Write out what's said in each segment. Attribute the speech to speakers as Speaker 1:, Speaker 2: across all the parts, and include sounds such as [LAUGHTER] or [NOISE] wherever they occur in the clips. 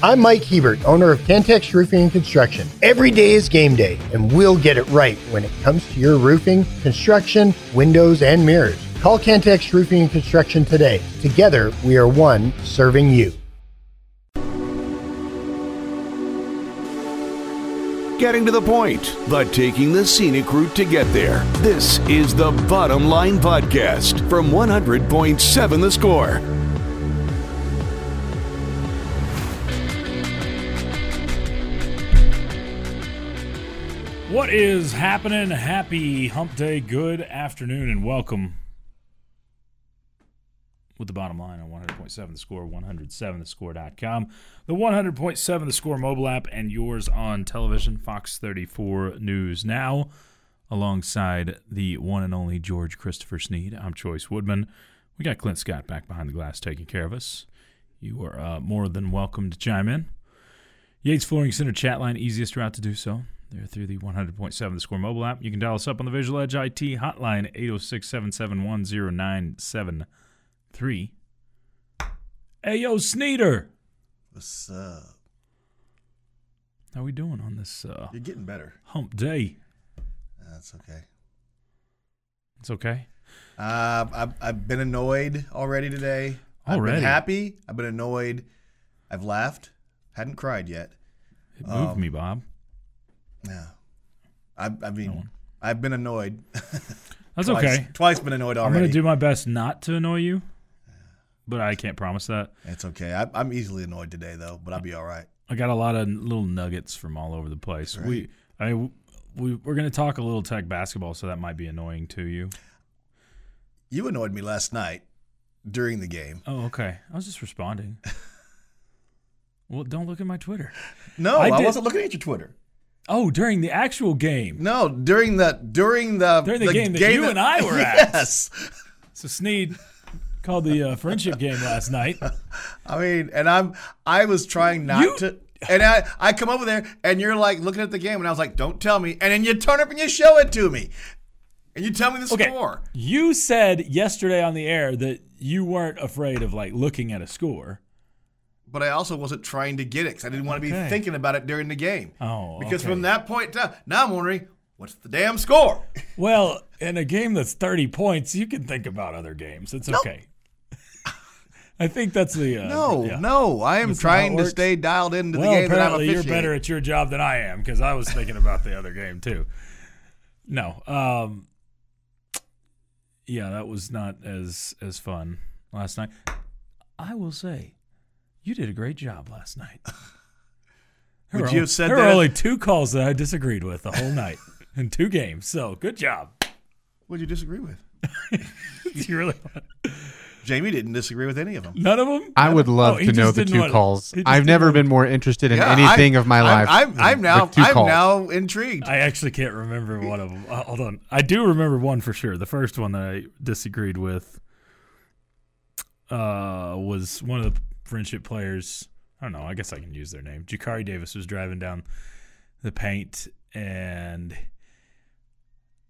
Speaker 1: I'm Mike Hebert, owner of Cantex Roofing and Construction. Every day is game day, and we'll get it right when it comes to your roofing, construction, windows, and mirrors. Call Cantex Roofing and Construction today. Together, we are one serving you.
Speaker 2: Getting to the point, but taking the scenic route to get there. This is the Bottom Line Podcast from 100.7 The Score.
Speaker 3: What is happening? Happy hump day. Good afternoon and welcome with the bottom line on 100.7 the score 107 the score.com the 100.7 the score mobile app and yours on television fox 34 news now alongside the one and only george christopher sneed i'm choice woodman we got clint scott back behind the glass taking care of us you are uh, more than welcome to chime in Yates Flooring Center chat line, easiest route to do so. They're through the 100.7 The Score mobile app. You can dial us up on the Visual Edge IT hotline, 806 771 0973. Ayo, Sneeder!
Speaker 4: What's up?
Speaker 3: How we doing on this uh,
Speaker 4: You're getting better.
Speaker 3: hump day?
Speaker 4: That's okay.
Speaker 3: It's okay.
Speaker 4: Uh, I've, I've been annoyed already today. I've
Speaker 3: Already?
Speaker 4: been happy. I've been annoyed. I've laughed. Hadn't cried yet.
Speaker 3: It moved me, Bob.
Speaker 4: Yeah. I, I mean, I've been annoyed. [LAUGHS]
Speaker 3: That's
Speaker 4: twice,
Speaker 3: okay.
Speaker 4: Twice been annoyed
Speaker 3: I'm
Speaker 4: already.
Speaker 3: going to do my best not to annoy you, but I can't promise that.
Speaker 4: It's okay. I, I'm easily annoyed today though, but I'll be all right.
Speaker 3: I got a lot of little nuggets from all over the place. We, I, we, we're going to talk a little tech basketball, so that might be annoying to you.
Speaker 4: You annoyed me last night during the game.
Speaker 3: Oh, okay. I was just responding. well, don't look at my Twitter.
Speaker 4: No,
Speaker 3: I
Speaker 4: I,
Speaker 3: did-
Speaker 4: wasn't looking at your Twitter.
Speaker 3: Oh, during the actual game.
Speaker 4: No, during the during the
Speaker 3: During the game that you and I
Speaker 4: [LAUGHS]
Speaker 3: were at.
Speaker 4: Yes.
Speaker 3: So Sneed called the uh, friendship game last
Speaker 4: [LAUGHS]
Speaker 3: night.
Speaker 4: I mean, and I'm I was trying not
Speaker 3: You-
Speaker 4: to. And I, I come over there and you're like looking at the game and I was like, don't tell me. And then you turn up and you show it to me. And you tell me the
Speaker 3: Okay.
Speaker 4: score.
Speaker 3: You said yesterday on the air that you weren't afraid of like looking at a score.
Speaker 4: But I also wasn't trying to get it because I didn't want to
Speaker 3: Okay.
Speaker 4: be thinking about it during the game.
Speaker 3: Oh,
Speaker 4: Because
Speaker 3: okay.
Speaker 4: from that point down, now I'm wondering, what's the damn score?
Speaker 3: Well, in a game that's 30 points, you can think about other games. It's okay. [LAUGHS] I think that's the uh,
Speaker 4: No,
Speaker 3: yeah.
Speaker 4: no. I am
Speaker 3: That's not how it
Speaker 4: trying to
Speaker 3: works.
Speaker 4: stay dialed into
Speaker 3: Well,
Speaker 4: the game that I'm
Speaker 3: apparently you're
Speaker 4: officiating.
Speaker 3: better at your job than I am because I was thinking about the other game too. No, um, yeah, that was not as as fun last night. I will say, you did a great job last
Speaker 4: [LAUGHS]
Speaker 3: night. There
Speaker 4: Would
Speaker 3: were
Speaker 4: you
Speaker 3: on-
Speaker 4: have said
Speaker 3: there were
Speaker 4: that?
Speaker 3: only two calls that I disagreed with the whole night [LAUGHS] in two games. So good job. [LAUGHS]
Speaker 4: What'd you disagree with?
Speaker 3: You
Speaker 4: [LAUGHS]
Speaker 3: really
Speaker 4: Jamie didn't disagree with any of them.
Speaker 3: none of them.
Speaker 5: I would love
Speaker 3: Oh, he
Speaker 5: to know
Speaker 3: just
Speaker 5: the
Speaker 3: didn't
Speaker 5: two
Speaker 3: wanna-
Speaker 5: calls.
Speaker 3: he just
Speaker 5: I've
Speaker 3: didn't
Speaker 5: never
Speaker 3: wanna-
Speaker 5: been more interested in
Speaker 4: Yeah,
Speaker 5: anything
Speaker 4: I-
Speaker 5: of my
Speaker 4: I'm-
Speaker 5: life.
Speaker 4: I'm,
Speaker 5: than
Speaker 4: I'm now,
Speaker 5: the two
Speaker 4: I'm
Speaker 5: calls.
Speaker 4: now intrigued.
Speaker 3: I actually can't remember one of them. Uh, Hold on. I do remember one for sure. The first one that I disagreed with uh, was one of the friendship players. I don't know. I guess I can use their name. Jakari Davis was driving down the paint, and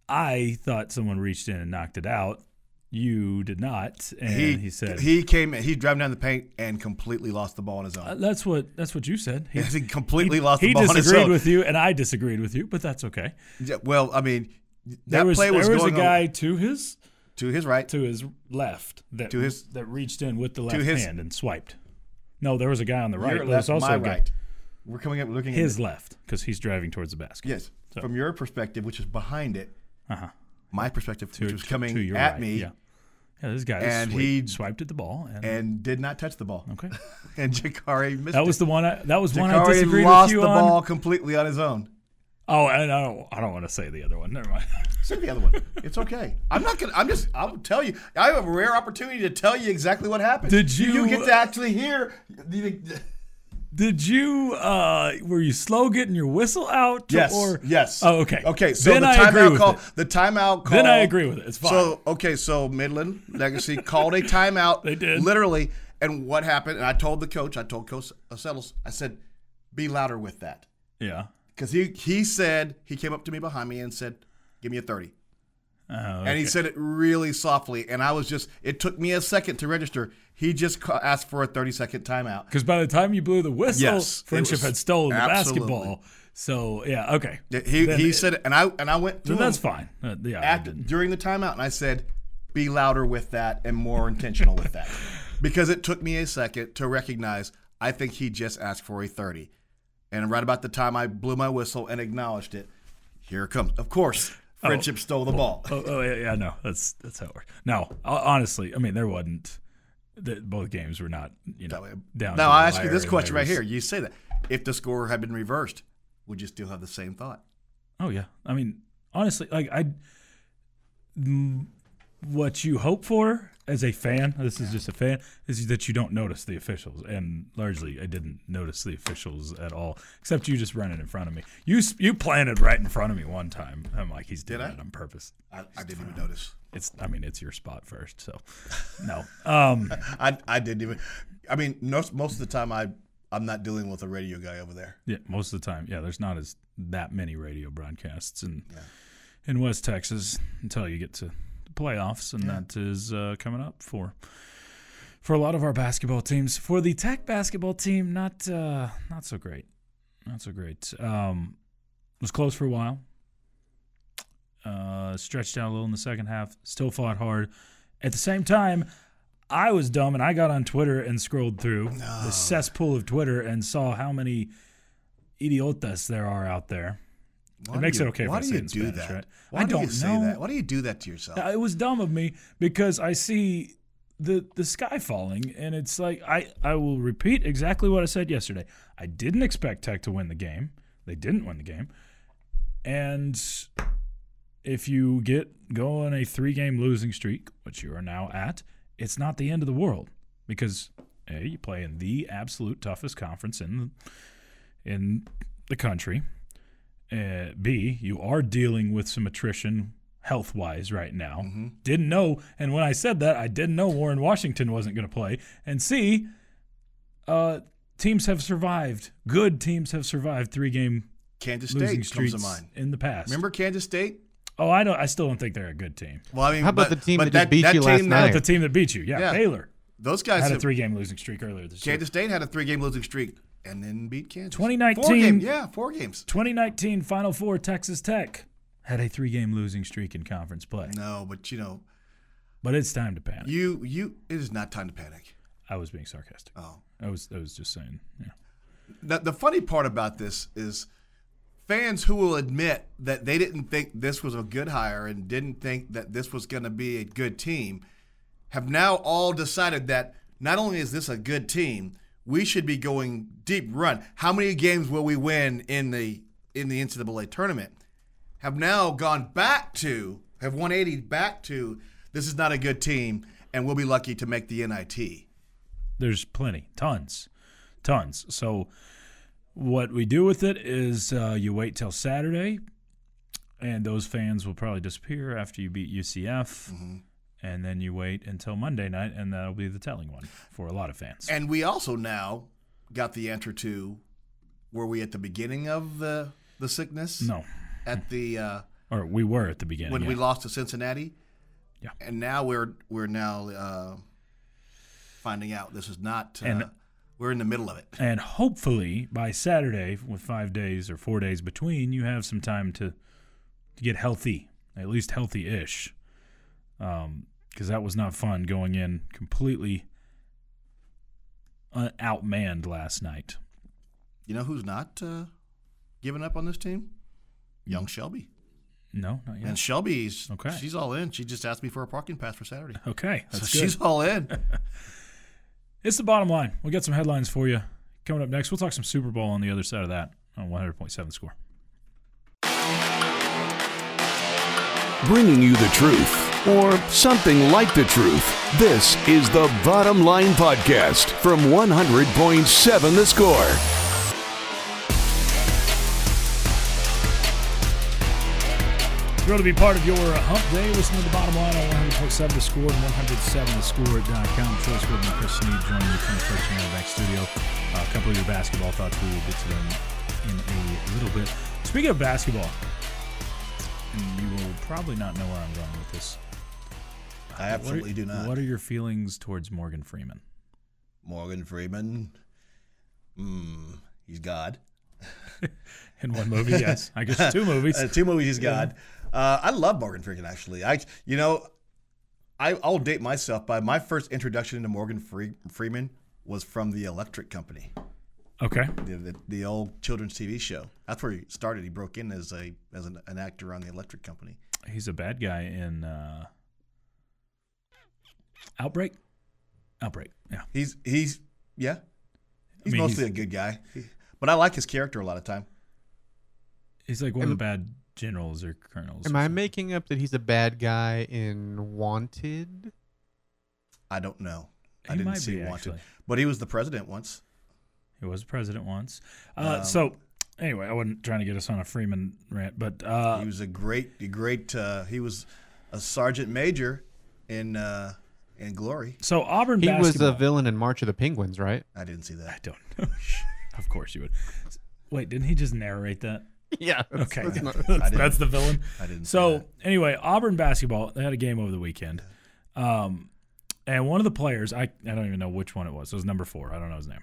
Speaker 3: I thought someone reached in and knocked it out. You did not, and he, said
Speaker 4: he came he drove down the paint and completely lost the ball on his
Speaker 3: Uh,
Speaker 4: own.
Speaker 3: "That's what that's what you said."
Speaker 4: Yes, [LAUGHS] he completely lost
Speaker 3: he
Speaker 4: the ball on his
Speaker 3: disagreed
Speaker 4: own.
Speaker 3: with you, and I disagreed with you, but that's okay.
Speaker 4: Yeah, well, I mean,
Speaker 3: there
Speaker 4: that
Speaker 3: was,
Speaker 4: play was
Speaker 3: there was
Speaker 4: going
Speaker 3: a
Speaker 4: on-
Speaker 3: guy to his
Speaker 4: to his right.
Speaker 3: to his left that
Speaker 4: To his-
Speaker 3: that reached in with the left
Speaker 4: his-
Speaker 3: hand and swiped. No, there was a guy on the right.
Speaker 4: your
Speaker 3: but there
Speaker 4: left,
Speaker 3: was also
Speaker 4: my
Speaker 3: a guy-
Speaker 4: right. We're coming up looking
Speaker 3: His
Speaker 4: at
Speaker 3: left because he's driving towards the basket.
Speaker 4: yes from your perspective, which is behind it.
Speaker 3: Uh-huh.
Speaker 4: My perspective, which was coming
Speaker 3: to your
Speaker 4: at
Speaker 3: right,
Speaker 4: me,
Speaker 3: Yeah. Yeah, this guy
Speaker 4: and
Speaker 3: swi-
Speaker 4: he-
Speaker 3: swiped at the ball and,
Speaker 4: and did not touch the ball.
Speaker 3: okay.
Speaker 4: [LAUGHS] And Jakari missed.
Speaker 3: That was
Speaker 4: it.
Speaker 3: the one. I, that was one I
Speaker 4: Jakari
Speaker 3: disagreed
Speaker 4: lost
Speaker 3: with you
Speaker 4: the
Speaker 3: on.
Speaker 4: ball completely on his own.
Speaker 3: Oh, and I don't. I don't want to say the other one. Never mind. [LAUGHS]
Speaker 4: Say the other one. It's okay. I'm not gonna. I'm just. I'll tell you. I have a rare opportunity to tell you exactly what happened.
Speaker 3: Did you-
Speaker 4: You get to actually hear. the-
Speaker 3: Did you? uh Were you slow getting your whistle out?
Speaker 4: Yes.
Speaker 3: Or
Speaker 4: yes.
Speaker 3: Oh, okay.
Speaker 4: Okay. So
Speaker 3: then
Speaker 4: the
Speaker 3: I agree
Speaker 4: timeout
Speaker 3: with
Speaker 4: call.
Speaker 3: it.
Speaker 4: The timeout call.
Speaker 3: Then I agree with it. It's fine.
Speaker 4: So okay. So Midland Legacy called a timeout.
Speaker 3: [LAUGHS] They did.
Speaker 4: Literally. And what happened? And I told the coach. I told Coach Settles. I said, "Be louder with that,"
Speaker 3: yeah.
Speaker 4: because he he said he came up to me behind me and said, "Give me a 30.
Speaker 3: Oh,
Speaker 4: And he said it really softly. And I was just, it took me a second to register. He just ca- asked for a 30 second timeout.
Speaker 3: Because by the time you blew the whistle,
Speaker 4: Yes, it
Speaker 3: friendship
Speaker 4: was-
Speaker 3: had stolen the
Speaker 4: absolutely.
Speaker 3: basketball. So yeah, okay.
Speaker 4: He,
Speaker 3: Then
Speaker 4: he
Speaker 3: it-
Speaker 4: said, it, and I and I went to
Speaker 3: then
Speaker 4: him
Speaker 3: that's fine. Uh, yeah, I
Speaker 4: after,
Speaker 3: didn't.
Speaker 4: during the timeout, and I said, "Be louder with that and more intentional
Speaker 3: [LAUGHS]
Speaker 4: with that," because it took me a second to recognize. I think he just asked for a thirty, and right about the time I blew my whistle and acknowledged it, here it comes. Of course, friendship stole the ball.
Speaker 3: Oh, oh yeah, yeah, no, that's that's how it worked. No, ho- honestly, I mean there wasn't. The, both games were not you know down. to
Speaker 4: now
Speaker 3: the
Speaker 4: I ask you
Speaker 3: wire
Speaker 4: this
Speaker 3: and
Speaker 4: question
Speaker 3: there
Speaker 4: right here:
Speaker 3: was-
Speaker 4: You say that if the score had been reversed, would you still have the same thought?
Speaker 3: Oh yeah, I mean honestly, like I, Mm, what you hope for as a fan, this is just a fan, is that you don't notice the officials, and largely I didn't notice the officials at all, except you just running in front of me. You s- you planted right in front of me one time. I'm like, he's doing
Speaker 4: I?
Speaker 3: it on purpose.
Speaker 4: I, I didn't even notice.
Speaker 3: It's I mean it's your spot first, so no. Um,
Speaker 4: I I didn't even. I mean, most most of the time I I'm not dealing with a radio guy over there.
Speaker 3: Yeah, most of the time. Yeah, there's not as that many radio broadcasts in in West Texas until you get to the playoffs, and that is uh, coming up for for a lot of our basketball teams. For the Tech basketball team, not uh, not so great, not so great. Um, was close for a while. Uh, stretched out a little in the second half. Still fought hard. At the same time, I was dumb and I got on Twitter and scrolled through the cesspool of Twitter and saw how many idiotas there are out there.
Speaker 4: Why
Speaker 3: It
Speaker 4: do
Speaker 3: makes it
Speaker 4: you-
Speaker 3: okay if
Speaker 4: Why
Speaker 3: I
Speaker 4: do
Speaker 3: say
Speaker 4: you
Speaker 3: it in
Speaker 4: do
Speaker 3: Spanish,
Speaker 4: that?
Speaker 3: right?
Speaker 4: Why
Speaker 3: I
Speaker 4: do you
Speaker 3: don't
Speaker 4: say
Speaker 3: know.
Speaker 4: that? Why do you do that to yourself?
Speaker 3: Uh, It was dumb of me because I see the the sky falling, and it's like I I will repeat exactly what I said yesterday. I didn't expect Tech to win the game. They didn't win the game, and if you get go on a three game losing streak, which you are now at, it's not the end of the world because a you play in the absolute toughest conference in the, in the country. Uh, B, you are dealing with some attrition health wise right now.
Speaker 4: Mm-hmm.
Speaker 3: Didn't know, and when I said that, I didn't know Warren Washington wasn't going to play. And C, uh, teams have survived. Good teams have survived three game
Speaker 4: Kansas
Speaker 3: losing
Speaker 4: State comes
Speaker 3: streaks
Speaker 4: to mind.
Speaker 3: in the past.
Speaker 4: Remember Kansas State?
Speaker 3: Oh, I don't. I still don't think they're a good team.
Speaker 4: Well, I mean,
Speaker 5: How about
Speaker 4: but-
Speaker 5: the team
Speaker 4: but
Speaker 5: that just beat you last
Speaker 4: team
Speaker 5: night?
Speaker 3: The team that beat you, yeah,
Speaker 4: Yeah.
Speaker 3: Baylor
Speaker 4: Those guys
Speaker 3: had a
Speaker 4: have-
Speaker 3: three game losing streak earlier this year.
Speaker 4: Kansas State had a three-game losing streak and then beat Kansas.
Speaker 3: 2019
Speaker 4: Four game, yeah, four games.
Speaker 3: 2019 Final Four, Texas Tech had a three game losing streak in conference play,
Speaker 4: No, but you know,
Speaker 3: but it's time to panic.
Speaker 4: you you it is not time to panic.
Speaker 3: I was being sarcastic.
Speaker 4: Oh.
Speaker 3: I was I was just saying. Yeah.
Speaker 4: The, the funny part about this is fans who will admit that they didn't think this was a good hire and didn't think that this was going to be a good team have now all decided that not only is this a good team, we should be going deep run. How many games will we win in the in the NCAA tournament? Have now gone back to have 180 back to this is not a good team and we'll be lucky to make the NIT.
Speaker 3: There's plenty, tons, tons. So, what we do with it is uh, you wait till Saturday, and those fans will probably disappear after you beat UCF,
Speaker 4: Mm-hmm.
Speaker 3: and then you wait until Monday night, and that'll be the telling one for a lot of fans.
Speaker 4: And we also now got the answer to were we at the beginning of the the sickness?
Speaker 3: no,
Speaker 4: At the uh,
Speaker 3: or we were at the beginning
Speaker 4: when we
Speaker 3: yeah.
Speaker 4: lost to Cincinnati.
Speaker 3: Yeah.
Speaker 4: And now we're we're now uh, finding out this is not uh,
Speaker 3: And-
Speaker 4: we're in the middle of it.
Speaker 3: and hopefully by Saturday, with five days or four days between, you have some time to to get healthy, at least healthy-ish, because that was not fun going in completely uh, outmanned last night.
Speaker 4: You know who's not uh, giving up on this team? Young Shelby.
Speaker 3: No, not yet.
Speaker 4: And Shelby's
Speaker 3: Okay.
Speaker 4: she's all in. She just asked me for a parking pass for Saturday.
Speaker 3: Okay, [LAUGHS]
Speaker 4: So
Speaker 3: that's good.
Speaker 4: [LAUGHS] she's all in.
Speaker 3: It's the bottom line. We got some headlines for you coming up next. We'll talk some Super Bowl on the other side of that on 100.7 score.
Speaker 2: Bringing you the truth, or something like the truth. This is the Bottom Line Podcast from 100.7 The Score.
Speaker 3: Thrilled to be part of your uh, hump day. Listen to the bottom line on 100.7 The Score and 107thescore.com. Troy Swift and Chris Sneed joining you from the First United Bank studio. Uh, a couple of your basketball thoughts. We will get to them in a little bit. Speaking of basketball, and you will probably not know where I'm going with this.
Speaker 4: I absolutely
Speaker 3: what are,
Speaker 4: do not.
Speaker 3: What are your feelings towards Morgan Freeman?
Speaker 4: Morgan Freeman. Hmm. He's God.
Speaker 3: In
Speaker 4: [LAUGHS]
Speaker 3: one movie, yes. I guess two movies.
Speaker 4: Uh, two movies he's God. Uh, I love Morgan Freeman actually. I you know, I, I'll date myself by my first introduction into Morgan Free, Freeman was from the Electric Company,
Speaker 3: Okay.
Speaker 4: the, the, the old children's TV show. That's where he started. He broke in as a as an, an actor on the Electric Company.
Speaker 3: He's a bad guy in uh, Outbreak. Outbreak. Yeah.
Speaker 4: He's he's yeah, he's
Speaker 3: mean,
Speaker 4: mostly
Speaker 3: he's-
Speaker 4: a good guy, but I like his character a lot of time.
Speaker 3: He's like one of the bad generals or colonels.
Speaker 6: Am
Speaker 3: or
Speaker 6: I
Speaker 3: something.
Speaker 6: making up that he's a bad guy in Wanted?
Speaker 4: I don't know. I
Speaker 3: He
Speaker 4: didn't
Speaker 3: might
Speaker 4: see
Speaker 3: be,
Speaker 4: him watch it.
Speaker 3: actually.
Speaker 4: but he was the president once.
Speaker 3: He was president once.
Speaker 6: Um,
Speaker 3: Uh, so anyway, I wasn't trying to get us on a Freeman rant, but uh,
Speaker 4: he was a great, a great. Uh, he was a sergeant major in uh, in Glory.
Speaker 3: so Auburn.
Speaker 6: He was
Speaker 3: basketball-
Speaker 6: a villain in March of the
Speaker 4: [LAUGHS]
Speaker 6: Penguins, right?
Speaker 4: I didn't see
Speaker 3: I
Speaker 4: that.
Speaker 3: don't know. [LAUGHS] of course you would. Wait, didn't he just narrate that?
Speaker 6: Yeah.
Speaker 3: Okay,
Speaker 6: that's
Speaker 3: yeah.
Speaker 6: not-
Speaker 3: [LAUGHS] that's, that's the villain.
Speaker 4: I didn't see
Speaker 3: So
Speaker 4: that.
Speaker 3: anyway, Auburn basketball they had a game over the weekend, um, and one of the players I I don't even know which one it was. It was number four. I don't know his name.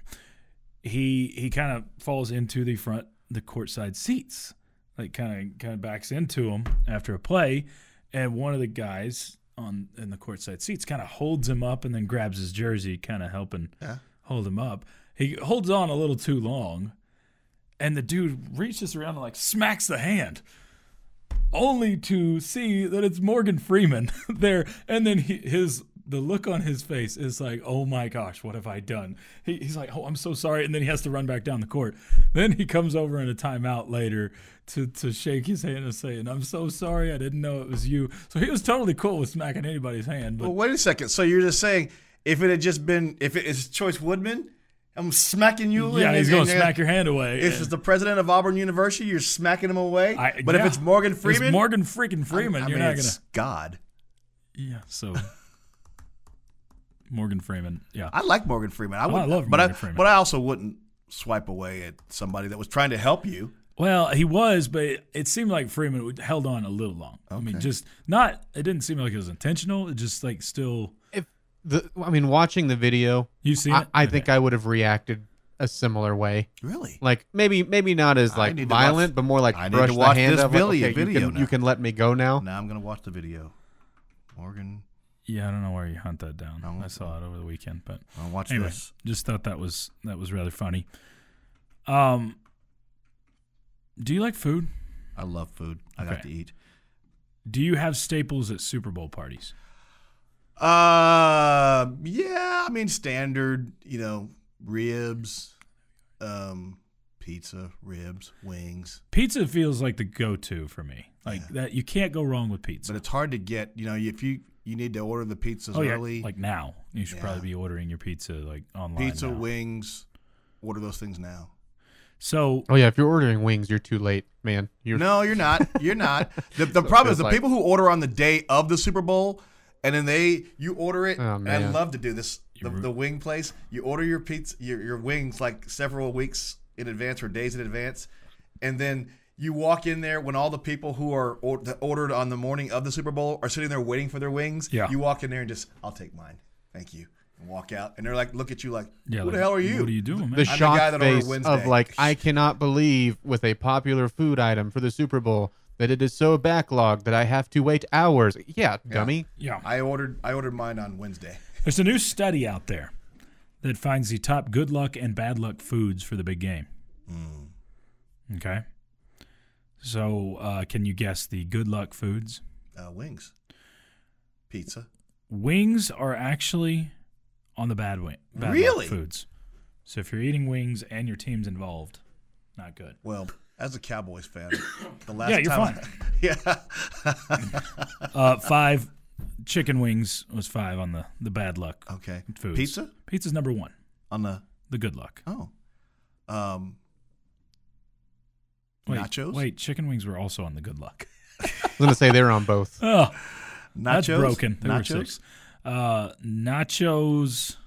Speaker 3: He he kind of falls into the front the courtside seats, like kind of kind of backs into him after a play, and one of the guys on in the courtside seats kind of holds him up and then grabs his jersey, kind of helping hold him up. He holds on a little too long, and the dude reaches around and like smacks the hand only to see that it's Morgan Freeman [LAUGHS] there. And then he, his the look on his face is like, oh my gosh, what have I done? He, he's like, oh, I'm so sorry. And then he has to run back down the court. Then he comes over in a timeout later to, to shake his hand and say, and I'm so sorry. I didn't know it was you. So he was totally cool with smacking anybody's hand. But
Speaker 4: Well, wait a second. So you're just saying if it had just been if it is Choice Woodman, I'm smacking you.
Speaker 3: yeah,
Speaker 4: and-
Speaker 3: he's going
Speaker 4: and-
Speaker 3: to
Speaker 4: and-
Speaker 3: smack your hand away.
Speaker 4: If it's
Speaker 3: And
Speaker 4: the president of Auburn University, you're smacking him away.
Speaker 3: I-
Speaker 4: but
Speaker 3: yeah.
Speaker 4: if it's Morgan Freeman,
Speaker 3: It's Morgan freaking Freeman.
Speaker 4: I
Speaker 3: You're
Speaker 4: mean,
Speaker 3: not going
Speaker 4: it's
Speaker 3: to.
Speaker 4: God.
Speaker 3: Yeah, so. Morgan Freeman. Yeah.
Speaker 4: I like Morgan Freeman. I, would,
Speaker 3: Oh, love
Speaker 4: but
Speaker 3: Morgan
Speaker 4: I,
Speaker 3: Freeman.
Speaker 4: But I also wouldn't swipe away at somebody that was trying to help you.
Speaker 3: Well, he was, but it, it seemed like Freeman would- held on a little long. I mean, just not. It didn't seem like it was intentional. It just like still.
Speaker 6: If the, I mean, watching the video,
Speaker 3: You seen
Speaker 6: I,
Speaker 3: it?
Speaker 6: I think I would have reacted a similar way.
Speaker 4: Really?
Speaker 6: Like maybe maybe not as
Speaker 4: I
Speaker 6: like
Speaker 4: need to
Speaker 6: violent,
Speaker 4: watch-
Speaker 6: but more like
Speaker 4: I need
Speaker 6: brush
Speaker 4: to
Speaker 6: the
Speaker 4: watch
Speaker 6: hand
Speaker 4: this
Speaker 6: up, like,
Speaker 4: Billy-
Speaker 6: okay,
Speaker 4: video
Speaker 6: you can,
Speaker 4: now.
Speaker 6: you can let me go now.
Speaker 4: Now I'm gonna watch the video. Morgan,
Speaker 3: Yeah, I don't know where you hunt that down.
Speaker 4: No.
Speaker 3: I saw it over the weekend, but
Speaker 4: I'll Uh, watch
Speaker 3: anyway,
Speaker 4: this.
Speaker 3: just thought that was that was rather funny. Um, do you like food?
Speaker 4: I love food. I got
Speaker 3: Okay.
Speaker 4: to eat.
Speaker 3: Do you have staples at Super Bowl parties?
Speaker 4: Uh, yeah. I mean, standard. You know, ribs, um, pizza, ribs, wings.
Speaker 3: Pizza feels like the go-to for me. Like that, you can't go wrong with pizza.
Speaker 4: But it's hard to get. You know, if you you need to order the pizzas
Speaker 3: oh yeah,
Speaker 4: early.
Speaker 3: like now, you should
Speaker 4: Yeah.
Speaker 3: probably be ordering your pizza like online.
Speaker 4: pizza,
Speaker 3: now.
Speaker 4: wings. Order those things now.
Speaker 3: So
Speaker 6: Oh yeah, if you're ordering wings, you're too late, man. You're
Speaker 4: No, you're not. You're
Speaker 6: [LAUGHS]
Speaker 4: not. The, the problem is
Speaker 6: feels
Speaker 4: the
Speaker 6: like-
Speaker 4: people who order on the day of the Super Bowl, and then they you order it.
Speaker 6: Oh,
Speaker 4: and I
Speaker 6: man.
Speaker 4: love to do this. The, the wing place, you order your pizza, your, your wings like several weeks in advance or days in advance, and then you walk in there when all the people who are or, that ordered on the morning of the Super Bowl are sitting there waiting for their wings.
Speaker 3: Yeah.
Speaker 4: You walk in there and just, I'll take mine, thank you, and walk out, and they're like, look at you like,
Speaker 3: yeah,
Speaker 4: who
Speaker 3: like,
Speaker 4: the hell are you?
Speaker 3: What are you doing, man?
Speaker 6: the
Speaker 4: guy
Speaker 6: shock
Speaker 4: that ordered
Speaker 6: face
Speaker 4: Wednesday.
Speaker 6: of like I cannot believe with a popular food item for the Super Bowl that it is so backlogged that I have to wait hours. Yeah, dummy.
Speaker 3: yeah,
Speaker 4: I ordered I ordered mine on Wednesday.
Speaker 3: There's a new study out there that finds the top good luck and bad luck foods for the big game.
Speaker 4: Hmm.
Speaker 3: Okay. So, uh, can you guess the good luck foods?
Speaker 4: Uh, wings, pizza.
Speaker 3: Wings are actually on the bad, wing, bad
Speaker 4: Really?
Speaker 3: luck foods. So, if you're eating wings and your team's involved, not good.
Speaker 4: Well, as a
Speaker 3: [COUGHS]
Speaker 4: Cowboys fan, the last
Speaker 3: Yeah, you're
Speaker 4: time,
Speaker 3: fine.
Speaker 4: [LAUGHS] yeah,
Speaker 3: Uh, five chicken wings was five on the, the bad luck
Speaker 4: okay.
Speaker 3: foods.
Speaker 4: Pizza
Speaker 3: Pizza's number one,
Speaker 4: on the
Speaker 3: the good luck.
Speaker 4: oh, um,
Speaker 3: Wait,
Speaker 4: Nachos?
Speaker 3: Wait, chicken wings were also on the good
Speaker 4: [LAUGHS]
Speaker 3: luck.
Speaker 6: I was gonna say they were on both.
Speaker 3: [LAUGHS] Oh, That's
Speaker 4: nachos.
Speaker 3: broken. There
Speaker 4: nachos.
Speaker 3: were six. Uh, nachos.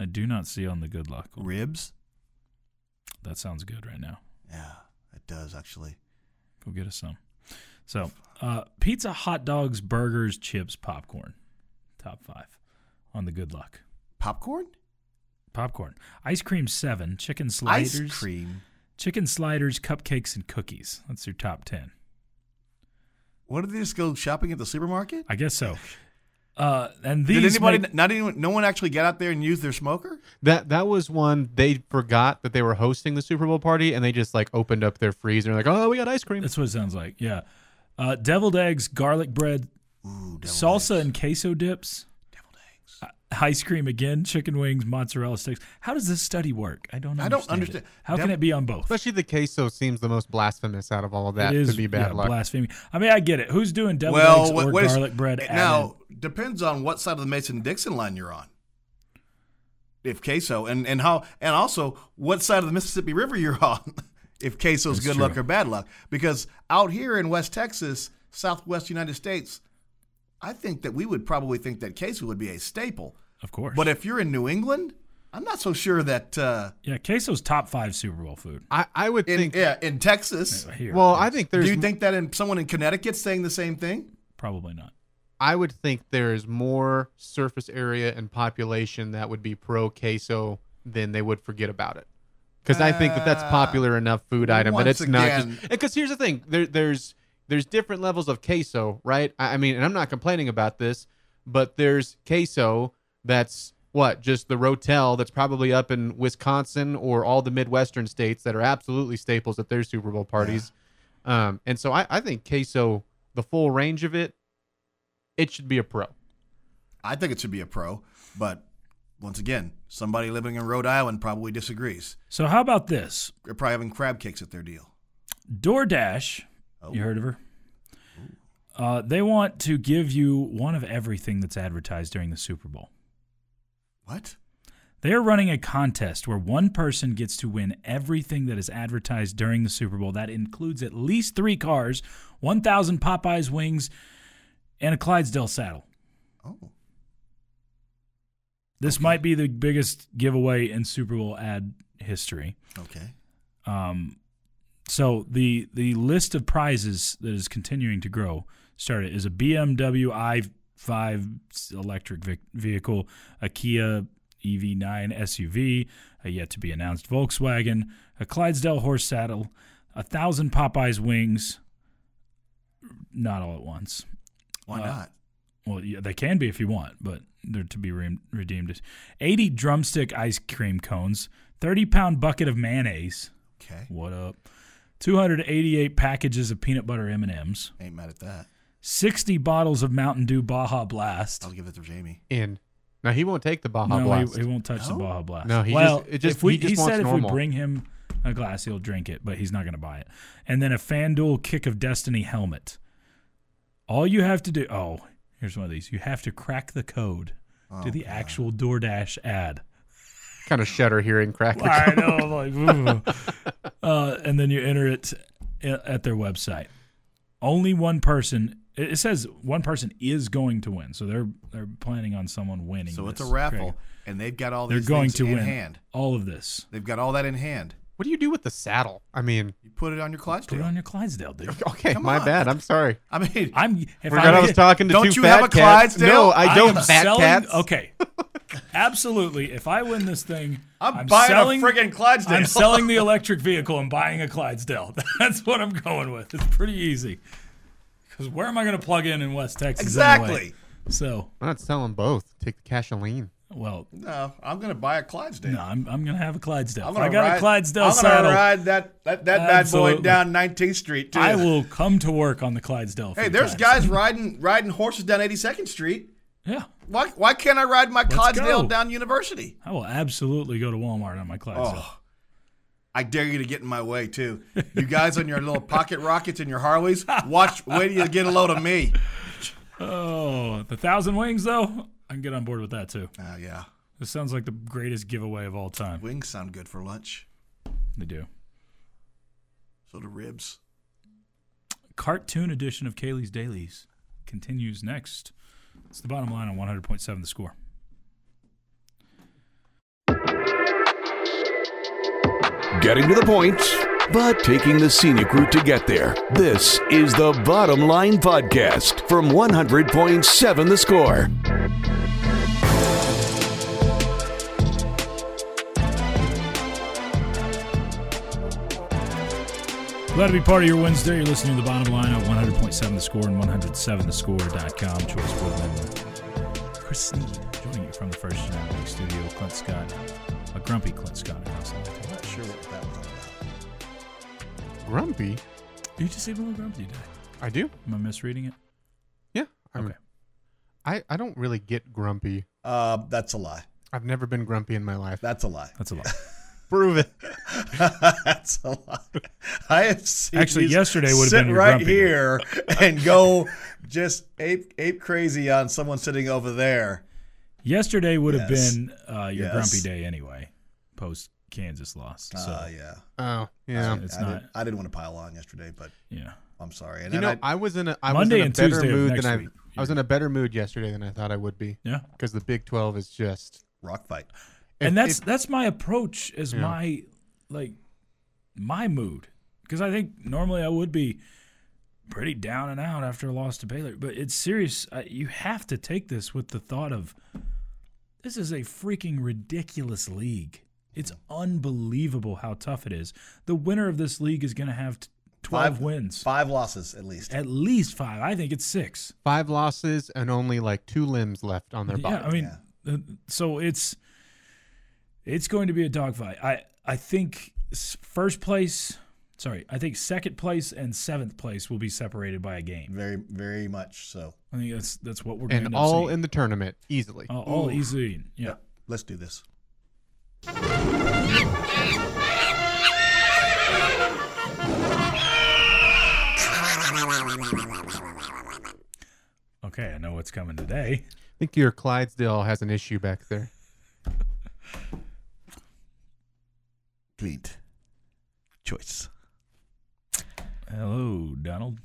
Speaker 3: I do not see on the good luck.
Speaker 4: Ribs.
Speaker 3: That sounds good right now.
Speaker 4: Yeah, it does actually.
Speaker 3: Go get us some. So, uh, pizza, hot dogs, burgers, chips, popcorn. Top five on the good luck.
Speaker 4: Popcorn?
Speaker 3: Popcorn, ice cream seven, chicken
Speaker 4: Ice
Speaker 3: sliders,
Speaker 4: cream.
Speaker 3: chicken sliders, cupcakes, and cookies. That's your top ten.
Speaker 4: What did they just go shopping at the supermarket?
Speaker 3: I guess so. Uh, and these
Speaker 4: Did anybody?
Speaker 3: make-
Speaker 4: not anyone. No one actually get out there and use their smoker.
Speaker 6: That that was one they forgot that they were hosting the Super Bowl party, and they just like opened up their freezer and like, oh, we got ice
Speaker 3: [LAUGHS]
Speaker 6: cream.
Speaker 3: That's what it sounds like. Yeah. Uh, deviled eggs, garlic bread, salsa and queso dips. Deviled eggs. ice cream again, chicken wings, mozzarella sticks. How does this study work? I don't understand.
Speaker 4: I don't
Speaker 3: it.
Speaker 4: understand.
Speaker 3: How can
Speaker 4: Dev-
Speaker 3: it be on both?
Speaker 6: Especially the queso seems the most blasphemous out of all of
Speaker 3: It
Speaker 6: that
Speaker 3: is,
Speaker 6: to be bad
Speaker 3: yeah,
Speaker 6: luck.
Speaker 3: blasphemy. I mean, I get it. Who's doing deviled eggs
Speaker 4: what-
Speaker 3: or
Speaker 4: what is-
Speaker 3: garlic bread?
Speaker 4: eh, now
Speaker 3: added?
Speaker 4: depends on what side of the Mason Dixon line you're on. If queso and and how and also what side of the Mississippi River you're [LAUGHS] on. If queso's
Speaker 3: That's
Speaker 4: good
Speaker 3: true.
Speaker 4: luck or bad luck, because out here in West Texas, Southwest United States, I think that we would probably think that queso would be a staple.
Speaker 3: of course.
Speaker 4: But if you're in New England, I'm not so sure that uh,
Speaker 3: yeah, queso's top five Super Bowl food.
Speaker 6: I, I would
Speaker 4: in
Speaker 6: think.
Speaker 4: yeah, in Texas.
Speaker 3: Here,
Speaker 6: well, I think
Speaker 4: Do
Speaker 6: there's.
Speaker 4: you think that in someone in Connecticut's saying the same thing?
Speaker 3: probably not.
Speaker 6: I would think there is more surface area and population that would be pro queso than they would forget about it. Because I think that that's popular enough food item that
Speaker 4: Uh, once
Speaker 6: it's not
Speaker 4: again-
Speaker 6: just. Because here's the thing: there, there's there's different levels of queso, right? I, I mean, and I'm not complaining about this, but there's queso that's what just the rotel that's probably up in Wisconsin or all the Midwestern states that are absolutely staples at their Super Bowl parties. Um, and so I, I think queso, the full range of it, it should be a pro.
Speaker 4: I think it should be a pro, but once again, somebody living in Rhode Island probably disagrees.
Speaker 3: So, how about this?
Speaker 4: They're probably having crab cakes at their deal. Oh.
Speaker 3: DoorDash, you heard of her? Uh, they want to give you one of everything that's advertised during the Super Bowl.
Speaker 4: What?
Speaker 3: They are running a contest where one person gets to win everything that is advertised during the Super Bowl. That includes at least three cars, 1,000 Popeyes wings, and a Clydesdale saddle.
Speaker 4: Oh,
Speaker 3: This might be the biggest giveaway in Super Bowl ad history.
Speaker 4: okay.
Speaker 3: Um, so the the list of prizes that is continuing to grow started is a BMW i5 electric vic- vehicle, a Kia E EV9 SUV, a yet to be announced Volkswagen, a Clydesdale horse saddle, a thousand Popeyes wings. Not all at once. Uh,
Speaker 4: Why not?
Speaker 3: Well, yeah, they can be if you want, but they're to be re- redeemed. 80 drumstick ice cream cones, 30 pound bucket of mayonnaise.
Speaker 4: Okay.
Speaker 3: What up? 288 packages of peanut butter M&Ms,
Speaker 4: Ain't mad at that.
Speaker 3: 60 bottles of Mountain Dew Baja Blast.
Speaker 4: I'll give it to Jamie.
Speaker 6: In now he won't take the Oh, Baja
Speaker 3: no,
Speaker 6: Blast.
Speaker 3: He, he won't touch the
Speaker 4: No?
Speaker 3: Baja Blast.
Speaker 6: No, he
Speaker 3: well,
Speaker 6: just- it just-
Speaker 3: if we,
Speaker 6: he just
Speaker 3: said
Speaker 6: wants
Speaker 3: if
Speaker 6: normal.
Speaker 3: we bring him a glass, he'll drink it, but he's not going to buy it. And then a FanDuel Kick of Destiny helmet. All you have to do. Oh, here's one of these. You have to crack the code
Speaker 6: Oh,
Speaker 3: to the actual DoorDash ad.
Speaker 6: kind of shudder hearing crack. the
Speaker 3: [LAUGHS] I know, like, ooh. uh, and then you enter it a- at their website. Only one person. It it says one person is going to win, so they're they're planning on someone winning.
Speaker 4: So it's a
Speaker 3: this.
Speaker 4: raffle, and they've got all
Speaker 3: They're
Speaker 4: these
Speaker 3: going
Speaker 4: things
Speaker 3: to
Speaker 4: in
Speaker 3: win
Speaker 4: hand.
Speaker 3: all of this.
Speaker 4: They've got all that in hand.
Speaker 6: What do you do with the saddle? I mean, [LAUGHS]
Speaker 4: You put it on your
Speaker 3: Put it
Speaker 4: Clydesdale.
Speaker 3: on your Clydesdale, dude.
Speaker 6: okay,
Speaker 4: Come
Speaker 6: my
Speaker 4: on.
Speaker 6: bad. I'm sorry.
Speaker 4: I mean,
Speaker 3: I'm. If
Speaker 6: Forgot I,
Speaker 3: I'm,
Speaker 6: was talking to
Speaker 4: Don't
Speaker 6: two
Speaker 4: you
Speaker 6: fat
Speaker 4: have a
Speaker 6: cats.
Speaker 4: Clydesdale?
Speaker 6: No, I
Speaker 3: I
Speaker 6: don't.
Speaker 3: am
Speaker 6: fat
Speaker 3: selling-
Speaker 6: cats.
Speaker 3: Okay, [LAUGHS] absolutely. If I win this thing,
Speaker 4: I'm buying a
Speaker 3: selling,
Speaker 4: friggin' Clydesdale. [LAUGHS]
Speaker 3: I'm selling the electric vehicle and buying a Clydesdale. [LAUGHS] That's what I'm going with. It's pretty easy. Because where am I going to plug in in West Texas? anyway?
Speaker 4: exactly.
Speaker 3: So,
Speaker 6: I'm not selling both. Take the cash and lean.
Speaker 3: well,
Speaker 4: No, I'm going to buy a Clydesdale.
Speaker 3: no, I'm, I'm going to have a Clydesdale.
Speaker 4: I'm
Speaker 3: If
Speaker 4: gonna
Speaker 3: I got
Speaker 4: ride,
Speaker 3: a Clydesdale
Speaker 4: I'm gonna
Speaker 3: saddle.
Speaker 4: ride that that, that bad boy
Speaker 3: Absolutely.
Speaker 4: down 19th Street too.
Speaker 3: I will come to work on the Clydesdale. a
Speaker 4: Hey,
Speaker 3: few
Speaker 4: there's
Speaker 3: times.
Speaker 4: guys riding riding horses down 82nd Street.
Speaker 3: Yeah,
Speaker 4: Why, why can't I ride my Clydesdale
Speaker 3: go.
Speaker 4: down University?
Speaker 3: I will absolutely go to Walmart on my Clydesdale.
Speaker 4: Oh, I dare you to get in my way too.
Speaker 3: [LAUGHS]
Speaker 4: You guys on your little pocket rockets and your Harleys, watch. Wait till you get a load
Speaker 3: [LAUGHS]
Speaker 4: of me.
Speaker 3: Oh, the thousand wings though, I can get on board with that too.
Speaker 4: Oh yeah,
Speaker 3: This sounds like the greatest giveaway of all time.
Speaker 4: wings sound good for lunch.
Speaker 3: They do.
Speaker 4: So do ribs.
Speaker 3: Cartoon edition of Kaylee's Dailies continues next. It's the bottom line on 100.7 the score.
Speaker 2: Getting to the point, but taking the scenic route to get there. This is the Bottom Line Podcast from 100.7 The Score.
Speaker 3: Glad to be part of your Wednesday. You're listening to the bottom line on 100.7 The Score and 107thescore.com. Choice Woodman, Chris Sneed, joining you from the First United Studio. Clint Scott, a grumpy Clint Scott across the line.
Speaker 4: I'm not sure what that was about.
Speaker 6: Grumpy?
Speaker 3: You just seem a little grumpy today.
Speaker 6: I do.
Speaker 3: Am I misreading it?
Speaker 6: Yeah. I'm,
Speaker 3: Okay.
Speaker 6: I, I don't really get grumpy.
Speaker 4: Uh, that's a lie.
Speaker 6: I've never been grumpy in my life.
Speaker 4: That's a lie. [LAUGHS]
Speaker 3: That's a lot.
Speaker 6: Prove it.
Speaker 4: that's a lie. I have seen
Speaker 3: Actually,
Speaker 4: you
Speaker 3: yesterday would have
Speaker 4: sit
Speaker 3: been your
Speaker 4: right
Speaker 3: grumpy day.
Speaker 4: here and go just ape ape crazy on someone sitting over there.
Speaker 3: Yesterday would have
Speaker 4: Yes.
Speaker 3: been uh, your
Speaker 4: Yes.
Speaker 3: grumpy day anyway, post Kansas loss. So
Speaker 4: Uh, yeah,
Speaker 6: Oh, yeah.
Speaker 3: it's
Speaker 4: I,
Speaker 3: not.
Speaker 4: Didn't, I didn't want to pile on yesterday, but
Speaker 3: Yeah.
Speaker 4: I'm sorry. And
Speaker 6: You know,
Speaker 4: then I,
Speaker 6: I was in a I
Speaker 3: Monday
Speaker 6: was in a
Speaker 3: and
Speaker 6: better
Speaker 3: Tuesday of
Speaker 6: mood
Speaker 3: next
Speaker 6: than I
Speaker 3: week.
Speaker 6: I was in a better mood yesterday than I thought I would be
Speaker 3: Yeah.
Speaker 6: because the Big 12 is just
Speaker 4: rock fight.
Speaker 3: and
Speaker 6: If-
Speaker 3: that's
Speaker 6: if-
Speaker 3: that's my approach as
Speaker 6: Yeah.
Speaker 3: my like my mood because I think normally I would be pretty down and out after a loss to Baylor, but it's serious. I, you have to take this with the thought of this is a freaking ridiculous league. It's unbelievable how tough it is. The winner of this league is going to have t- twelve wins,
Speaker 4: five losses at least.
Speaker 3: at least five. I think it's six.
Speaker 6: five losses and only like two limbs left on their body.
Speaker 3: Yeah, I mean, uh, so it's it's going to be a dogfight. I I think s- first place, sorry, I think second place and seventh place will be separated by a game.
Speaker 4: Very, very much so.
Speaker 3: I think that's that's what we're going
Speaker 6: and
Speaker 3: to
Speaker 6: all in the tournament easily.
Speaker 3: all, all easy. Yeah.
Speaker 4: Let's do this.
Speaker 3: Okay, I know what's coming today.
Speaker 6: I think your Clydesdale has an issue back there.
Speaker 4: Tweet choice.
Speaker 3: Hello, Donald.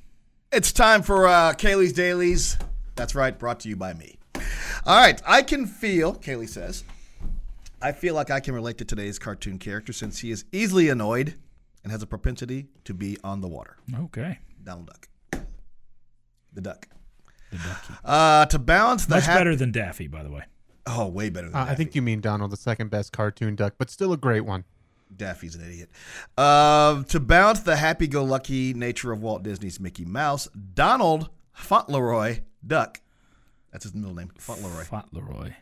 Speaker 4: It's time for uh, Kaylee's Dailies. That's right, brought to you by me. All right, I can feel, Kaylee says, I feel like I can relate to today's cartoon character since he is easily annoyed and has a propensity to be on the water.
Speaker 3: Okay,
Speaker 4: Donald Duck. The duck.
Speaker 3: the ducky.
Speaker 4: Uh, to balance the
Speaker 3: Much
Speaker 4: hap-
Speaker 3: better than Daffy, by the way.
Speaker 4: Oh, way better than
Speaker 6: Uh, I
Speaker 4: Daffy.
Speaker 6: think you mean Donald, the second best cartoon duck, but still a great one.
Speaker 4: Daffy's an idiot. Uh, to balance the happy go lucky nature of Walt Disney's Mickey Mouse, Donald Fauntleroy Duck. That's his middle name, Fauntleroy.
Speaker 3: Fauntleroy.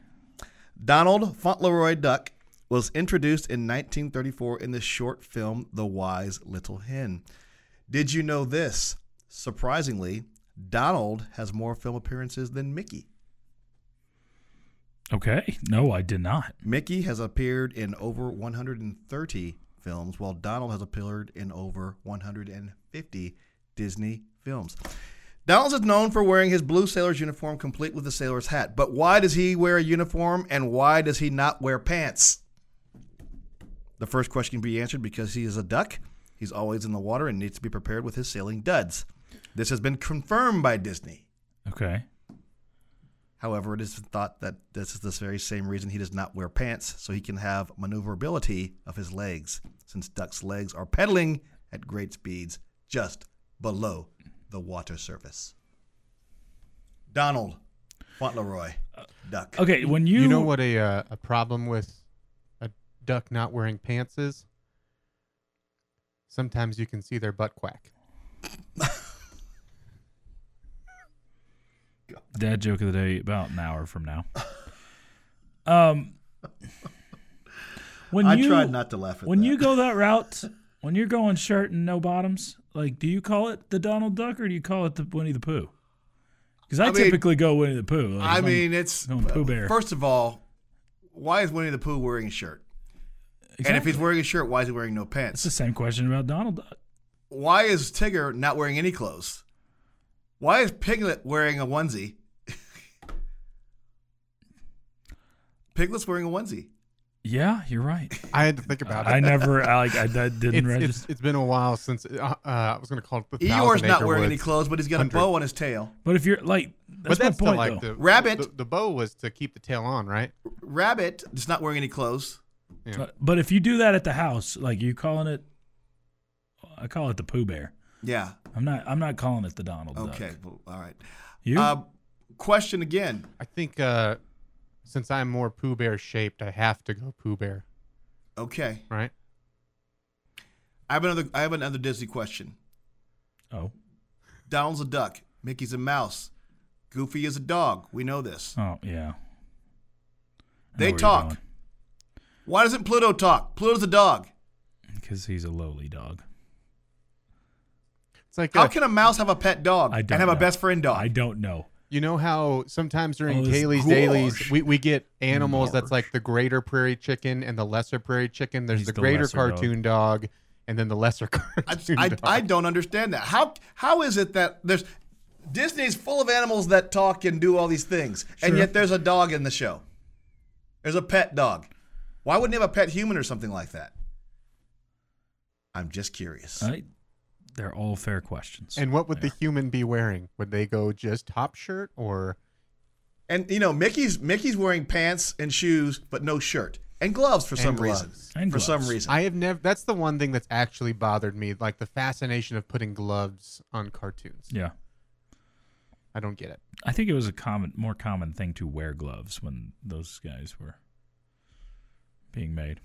Speaker 4: Donald Fauntleroy Duck was introduced in 1934 in the short film The Wise Little Hen. Did you know this? Surprisingly, Donald has more film appearances than Mickey.
Speaker 3: Okay, no, I did not.
Speaker 4: Mickey has appeared in over 130 films, while Donald has appeared in over 150 Disney films. Donald is known for wearing his blue sailor's uniform complete with a sailor's hat. But why does he wear a uniform and why does he not wear pants? The first question can be answered because he is a duck. He's always in the water and needs to be prepared with his sailing duds. This has been confirmed by Disney.
Speaker 3: Okay,
Speaker 4: However, it is thought that this is the very same reason he does not wear pants, so he can have maneuverability of his legs, since ducks' legs are pedaling at great speeds just below the water surface. Donald Fauntleroy, duck.
Speaker 3: okay. When you
Speaker 6: You, know what a uh, a problem with a duck not wearing pants is? Sometimes you can see their butt quack.
Speaker 3: dad joke of the day about an hour from
Speaker 4: [LAUGHS]
Speaker 3: now. Um, when
Speaker 4: I
Speaker 3: you
Speaker 4: tried not to laugh at
Speaker 3: when
Speaker 4: that.
Speaker 3: you go that route, when you're going shirt and no bottoms, like do you call it the Donald Duck or do you call it the Winnie the Pooh? Because I,
Speaker 4: I mean-
Speaker 3: typically go Winnie the Pooh. Like,
Speaker 4: I
Speaker 3: if I'm-
Speaker 4: mean, it's uh,
Speaker 3: going Pooh Bear.
Speaker 4: first of all, why is Winnie the Pooh wearing a shirt? And if
Speaker 3: Exactly.
Speaker 4: he's wearing a shirt, why is he wearing no
Speaker 3: it's the
Speaker 4: pants?
Speaker 3: same question about Donald Duck.
Speaker 4: Why is Tigger not wearing any clothes? Why is Piglet wearing a onesie? [LAUGHS] Piglet's wearing a onesie.
Speaker 3: Yeah, you're right.
Speaker 6: I had to think about it.
Speaker 3: I never I, like I, that
Speaker 6: it's,
Speaker 3: didn't
Speaker 6: it's,
Speaker 3: register.
Speaker 6: it's been a while since uh, uh, I was going to call it the
Speaker 4: Eeyore's
Speaker 6: Thousand
Speaker 4: not
Speaker 6: Acre
Speaker 4: wearing any
Speaker 6: Woods.
Speaker 4: clothes, but he's got
Speaker 6: Hundred.
Speaker 4: a bow on his tail.
Speaker 3: But if you're like, that's,
Speaker 6: but that's
Speaker 3: my
Speaker 6: still
Speaker 3: point
Speaker 6: like
Speaker 3: though.
Speaker 6: the
Speaker 4: Rabbit.
Speaker 6: The, the bow was to keep the tail on, right?
Speaker 4: Rabbit is not wearing any clothes.
Speaker 6: Yeah.
Speaker 3: But- But if you do that at the house, like you calling it I call it the Pooh Bear.
Speaker 4: Yeah.
Speaker 3: I'm not. I'm not calling it the Donald
Speaker 4: Okay.
Speaker 3: Duck.
Speaker 4: Well, all right.
Speaker 3: You?
Speaker 4: Uh, question again.
Speaker 6: I think uh, since I'm more Pooh Bear shaped, I have to go Pooh Bear,
Speaker 4: Okay.
Speaker 6: right?
Speaker 4: I have another. I have another Disney question.
Speaker 3: oh.
Speaker 4: Donald's a duck. Mickey's a mouse. Goofy is a dog. We know this.
Speaker 3: Oh yeah. I know
Speaker 4: They
Speaker 3: where you're
Speaker 4: talk.
Speaker 3: going.
Speaker 4: Why doesn't Pluto talk? Pluto's a dog.
Speaker 3: Because he's a lowly dog.
Speaker 6: It's like
Speaker 4: How
Speaker 6: uh,
Speaker 4: can a mouse have a pet dog
Speaker 3: I
Speaker 4: and
Speaker 3: don't
Speaker 4: have a
Speaker 3: know.
Speaker 4: best friend dog?
Speaker 3: I don't know.
Speaker 6: you know how sometimes
Speaker 3: Oh,
Speaker 6: during
Speaker 3: this
Speaker 6: Kaylee's
Speaker 3: gosh.
Speaker 6: dailies, we, we get animals that's like the greater prairie chicken and the lesser prairie chicken. There's
Speaker 3: He's
Speaker 6: the
Speaker 3: the
Speaker 6: greater
Speaker 3: lesser dog.
Speaker 6: cartoon dog. and then the lesser [LAUGHS]
Speaker 3: [LAUGHS]
Speaker 4: I,
Speaker 6: cartoon
Speaker 4: I,
Speaker 6: dog.
Speaker 4: I don't understand that. How how is it that there's Disney's full of animals that talk and do all these things, and
Speaker 3: Sure.
Speaker 4: yet there's a dog in the show. There's a pet dog. Why wouldn't they have a pet human or something like that? I'm just curious.
Speaker 3: I, they're all fair questions.
Speaker 6: and what would the human be wearing? Would they go just top shirt or
Speaker 4: and you know, Mickey's Mickey's wearing pants and shoes, but no shirt and gloves for
Speaker 6: And
Speaker 4: some
Speaker 6: gloves.
Speaker 4: reason.
Speaker 3: And
Speaker 4: for some
Speaker 3: gloves.
Speaker 4: reason,
Speaker 6: I have never. That's the one thing that's actually bothered me, like the fascination of putting gloves on cartoons.
Speaker 3: yeah,
Speaker 6: I don't get it.
Speaker 3: I think it was a common, more common thing to wear gloves when those guys were being made.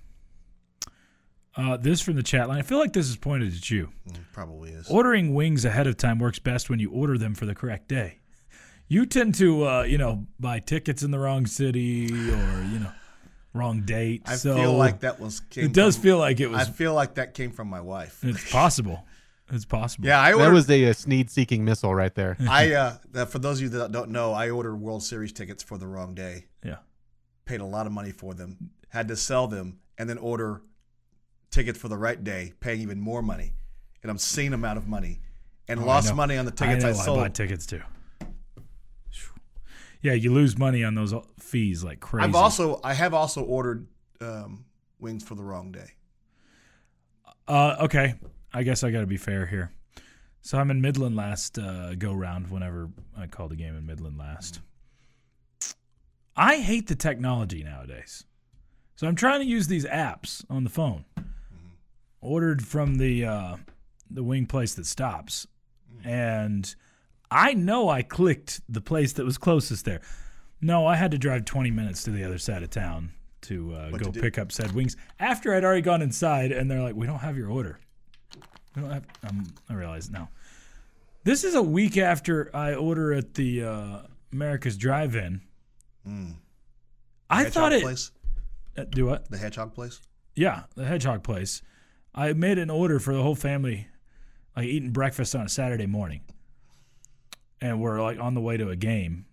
Speaker 3: Uh, this from the chat line. I feel like this is pointed at you.
Speaker 4: probably is.
Speaker 3: Ordering wings ahead of time works best when you order them for the correct day. You tend to, uh, you know, buy tickets in the wrong city or you know, wrong date.
Speaker 4: I
Speaker 3: so
Speaker 4: feel like that was. Came
Speaker 3: It does
Speaker 4: from-
Speaker 3: feel like it
Speaker 4: I
Speaker 3: was.
Speaker 4: feel like that came from my wife. [LAUGHS]
Speaker 3: it's possible. It's possible.
Speaker 4: Yeah, I
Speaker 6: that
Speaker 4: ordered
Speaker 6: was the uh, Sneed-seeking missile right there.
Speaker 4: [LAUGHS] I uh, uh, for those of you that don't know, I ordered World Series tickets for the wrong day.
Speaker 3: Yeah.
Speaker 4: Paid a lot of money for them. Had to sell them and then order tickets for the right day, paying even more money. And I'm seeing amount of money, and
Speaker 3: Oh, I
Speaker 4: lost
Speaker 3: know.
Speaker 4: money on the tickets I,
Speaker 3: know,
Speaker 4: sold.
Speaker 3: bought tickets too. Yeah, you lose money on those uh, fees like crazy.
Speaker 4: I've also I have also ordered um, wings for the wrong day.
Speaker 3: uh, okay. I guess I got to be fair here. So I'm in Midland last uh, go round. Whenever I called a game in Midland last, I hate the technology nowadays. So I'm trying to use these apps on the phone. Ordered from the uh, the wing place that stops, and I know I clicked the place that was closest there. No, I had to drive 20 minutes to the other side of town to uh, go pick up said wings after I'd already gone inside, and they're like, "We don't have your order." We don't have. Um, I realize now. This is a week after I order at the uh, America's Drive-In. I thought it.
Speaker 4: place,
Speaker 3: Uh, do what?
Speaker 4: the hedgehog place.
Speaker 3: Yeah, the hedgehog place. I made an order for the whole family, like eating breakfast on a Saturday morning, and we're like on the way to a game.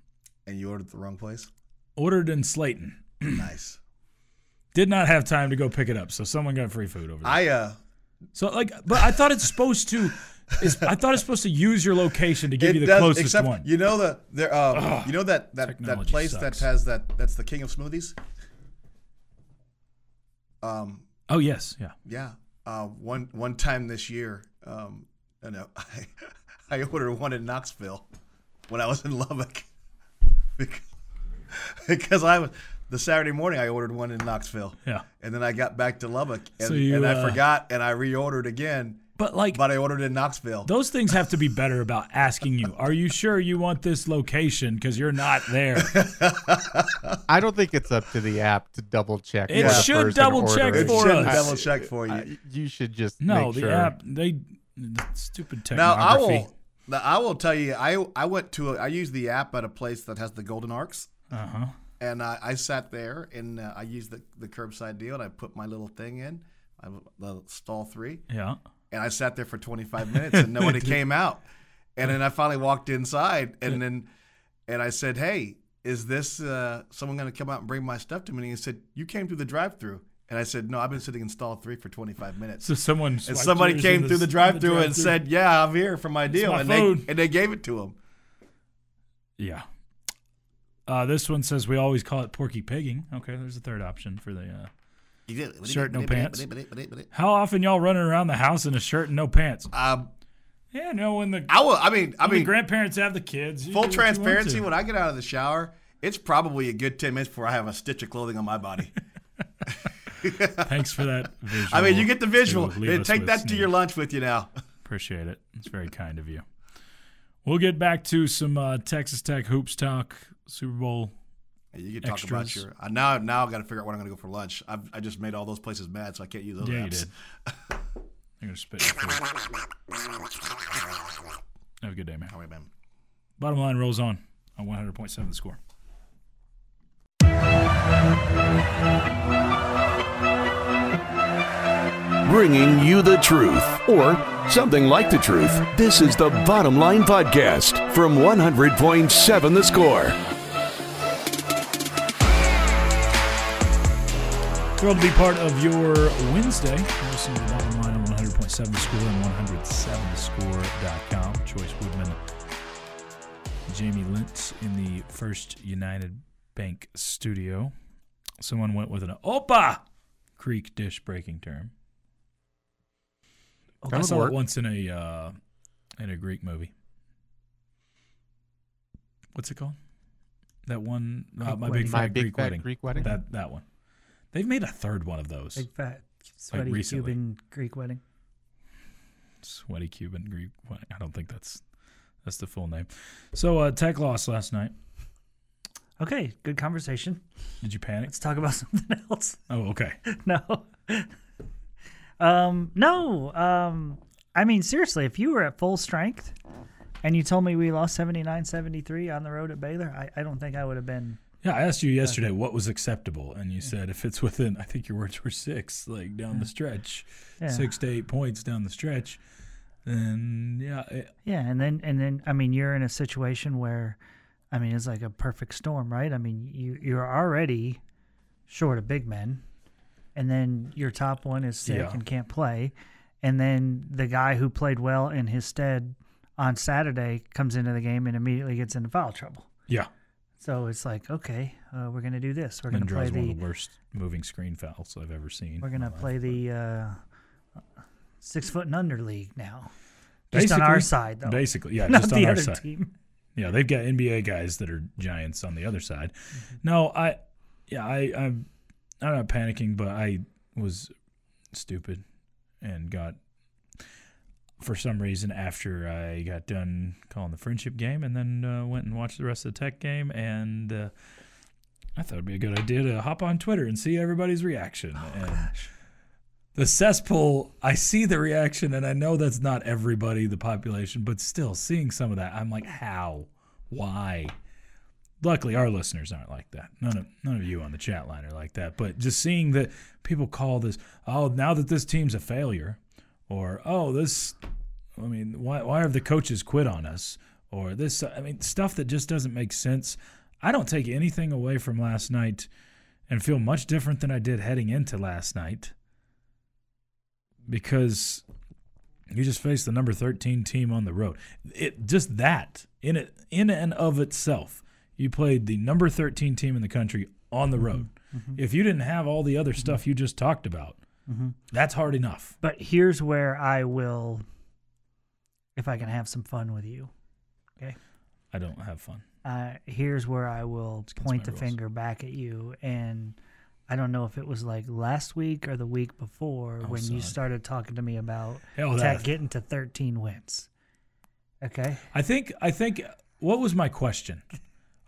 Speaker 4: And you ordered the
Speaker 3: [CLEARS THROAT]
Speaker 4: wrong place.
Speaker 3: Ordered in Slayton.
Speaker 4: nice.
Speaker 3: Did not have time to go pick it up, so someone got free food over there.
Speaker 4: I uh,
Speaker 3: so like, but I thought it's supposed to. It's, I thought it's supposed to use your location to give you the closest
Speaker 4: except,
Speaker 3: one.
Speaker 4: You know the there. Uh, you know that that, that
Speaker 3: technology
Speaker 4: place
Speaker 3: sucks.
Speaker 4: that has that. That's the king of smoothies. Um.
Speaker 3: oh yes, yeah.
Speaker 4: Yeah. Uh. One one time this year. Um. I know. I [LAUGHS] I ordered one in Knoxville when I was in Lubbock [LAUGHS] because, because I was the Saturday morning I ordered one in Knoxville.
Speaker 3: Yeah.
Speaker 4: And then I got back to Lubbock and,
Speaker 3: So you,
Speaker 4: and I
Speaker 3: uh,
Speaker 4: forgot and I reordered again,
Speaker 3: But like,
Speaker 4: but I ordered in Knoxville.
Speaker 3: Those things have to be better about asking you, are you sure you want this location? Because you're not
Speaker 4: [LAUGHS]
Speaker 3: there.
Speaker 6: I don't think it's up to the app to double check.
Speaker 3: It
Speaker 6: for the
Speaker 3: should
Speaker 6: person
Speaker 3: double check
Speaker 6: ordering.
Speaker 4: It
Speaker 3: for
Speaker 4: shouldn't
Speaker 3: us.
Speaker 4: double check for you.
Speaker 6: I- you should just
Speaker 3: No,
Speaker 6: make
Speaker 3: the
Speaker 6: sure.
Speaker 3: app, they, the stupid
Speaker 4: Now
Speaker 3: technology.
Speaker 4: I will. Now, I will tell you. I I went to. A, I used the app at a place that has the golden arcs,
Speaker 3: Uh huh.
Speaker 4: and I, I sat there and uh, I used the the curbside deal, and I put my little thing in, I, the stall three,
Speaker 3: Yeah.
Speaker 4: and I sat there for 25 minutes,
Speaker 3: [LAUGHS]
Speaker 4: and nobody came out, and then I finally walked inside, and then and I said, "Hey, is this uh, someone going to come out and bring my stuff to me?" And he said, "You came through the drive-through," and I said, "No, I've been sitting in stall three for 25 minutes."
Speaker 3: So someone
Speaker 4: And
Speaker 3: swiped
Speaker 4: somebody
Speaker 3: yours
Speaker 4: came
Speaker 3: in
Speaker 4: through the drive-through,
Speaker 3: the
Speaker 4: and
Speaker 3: drive-through.
Speaker 4: said, "Yeah, I'm here for my deal,"
Speaker 3: my
Speaker 4: and
Speaker 3: food.
Speaker 4: they and they gave it to him.
Speaker 3: "Yeah." Uh, this one says we always call it porky pigging. Okay, there's a third option for the. Uh, Shirt, no pants. how often y'all running around the house in a shirt and no pants?
Speaker 4: Um,
Speaker 3: Yeah, no. When the
Speaker 4: I will. I mean, I
Speaker 3: when the
Speaker 4: mean,
Speaker 3: grandparents have the kids. you
Speaker 4: full
Speaker 3: do what you want to.
Speaker 4: transparency. When I
Speaker 3: [LAUGHS]
Speaker 4: get out of the shower, it's probably a good ten minutes before I have a stitch of clothing on my body.
Speaker 3: Thanks for
Speaker 4: [LAUGHS]
Speaker 3: that visual.
Speaker 5: I mean, you get the visual.
Speaker 3: Leave
Speaker 5: Then
Speaker 3: us
Speaker 5: take
Speaker 3: with
Speaker 5: that to
Speaker 3: Sneed.
Speaker 5: your lunch with you now. [LAUGHS]
Speaker 3: Appreciate it. It's very kind of you. We'll get back to some uh, Texas Tech hoops talk, Super Bowl.
Speaker 5: You can talk
Speaker 3: Extras.
Speaker 5: about your. I now now I got to figure out what I'm going to go for lunch. I've, I just made all those places mad, so I can't use those
Speaker 3: Yeah, you
Speaker 5: apps.
Speaker 3: did. I'm gonna spit. your food. Have a good day, man.
Speaker 5: All right, man.
Speaker 3: Bottom line rolls on on 100.7 the score.
Speaker 2: Bringing you the truth, or something like the truth. This is the Bottom Line Podcast from 100.7 The Score.
Speaker 3: Thrilled to be part of your Wednesday. You're Listening to the bottom line on 100.7 score and 107score.com. Choice Woodman, Jamie Lentz in the First United Bank studio. Someone went with an Opa Creek dish breaking term. I
Speaker 6: would
Speaker 3: saw
Speaker 6: work.
Speaker 3: it once in a uh, in a Greek movie. What's it called? That one, uh,
Speaker 7: Greek
Speaker 3: my big
Speaker 7: Wedding.
Speaker 3: fat
Speaker 6: My Big
Speaker 3: Greek
Speaker 6: Fat
Speaker 3: wedding.
Speaker 6: Greek Wedding?
Speaker 3: That that one. They've made a third one of those.
Speaker 7: Big fat sweaty
Speaker 3: recently.
Speaker 7: Cuban Greek wedding.
Speaker 3: Sweaty Cuban Greek. wedding. I don't think that's that's the full name. So uh, Tech lost last night.
Speaker 7: Okay, good conversation.
Speaker 3: Did you panic?
Speaker 7: Let's talk about [LAUGHS] something else.
Speaker 3: Oh, okay.
Speaker 7: no. [LAUGHS] um, no. Um, I mean, seriously, if you were at full strength and you told me we lost 79 73 on the road at Baylor, I, I don't think I would have been.
Speaker 3: Yeah, I asked you yesterday what was acceptable, and you said if it's within, I think your words were six, like down the stretch,
Speaker 7: Yeah.
Speaker 3: six to eight points down the stretch. Then yeah, eh, it,
Speaker 7: Yeah. And then, and then, I mean, you're in a situation where, I mean, it's like a perfect storm, right? I mean, you, you're already short of big men, and then your top one is sick
Speaker 3: Yeah.
Speaker 7: and can't play. And then the guy who played well in his stead on Saturday comes into the game and immediately gets into foul trouble.
Speaker 3: yeah.
Speaker 7: So it's like, okay, uh, we're gonna do this. We're
Speaker 3: And
Speaker 7: gonna
Speaker 3: draws
Speaker 7: play
Speaker 3: one
Speaker 7: the.
Speaker 3: of the worst moving screen fouls I've ever seen.
Speaker 7: We're gonna play the uh, six foot and under league now.
Speaker 3: basically,
Speaker 7: Just on our side, though.
Speaker 3: Basically, yeah,
Speaker 7: [LAUGHS] Not
Speaker 3: just
Speaker 7: the
Speaker 3: on our
Speaker 7: other
Speaker 3: side.
Speaker 7: team.
Speaker 3: Yeah, they've got NBA guys that are giants on the other side. No, I, yeah, I, I'm, I'm not panicking, but I was stupid and got, for some reason, after I got done calling the friendship game, and then uh, went and watched the rest of the tech game, and uh, I thought it'd be a good idea to hop on Twitter and see everybody's reaction. and The cesspool, I see the reaction, and I know that's not everybody, the population, but still seeing some of that, I'm like, how? Why? Luckily, our listeners aren't like that. None of none of you on the chat line are like that. But just seeing that people call this, oh, now that this team's a failure, or oh, this, I mean, why why have the coaches quit on us? Or this, I mean, stuff that just doesn't make sense. I don't take anything away from last night, and feel much different than I did heading into last night because you just face the number 13 team on the road. It just that in it in and of itself, you played the number 13 team in the country on the road. If you didn't have all the other stuff you just talked about, that's hard enough.
Speaker 7: But here's where I will, if I can have some fun with you.
Speaker 3: I don't have fun.
Speaker 7: uh, here's where I will
Speaker 3: against my
Speaker 7: point the
Speaker 3: rules.
Speaker 7: finger back at you. And I don't know if it was like last week or the week before
Speaker 3: Oh,
Speaker 7: when
Speaker 3: son.
Speaker 7: you started talking to me about
Speaker 3: Hell,
Speaker 7: Tech
Speaker 3: that-
Speaker 7: getting to 13 wins. Okay.
Speaker 3: I think I think what was my question?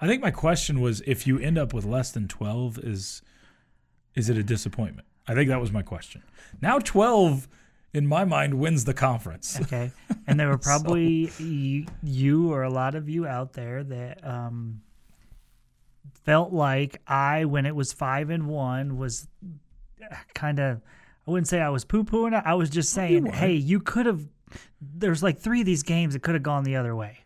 Speaker 3: I think my question was if you end up with less than 12 is is it a disappointment? I think that was my question. Now 12 in my mind wins the conference. [LAUGHS]
Speaker 7: Okay. And there were probably you, you or a lot of you out there that um, felt like I, when it was five and one, was kind of, I wouldn't say I was poo pooing it. I was just saying,
Speaker 3: weren't.
Speaker 7: hey, you could have, there's like three of these games that could have gone the other way.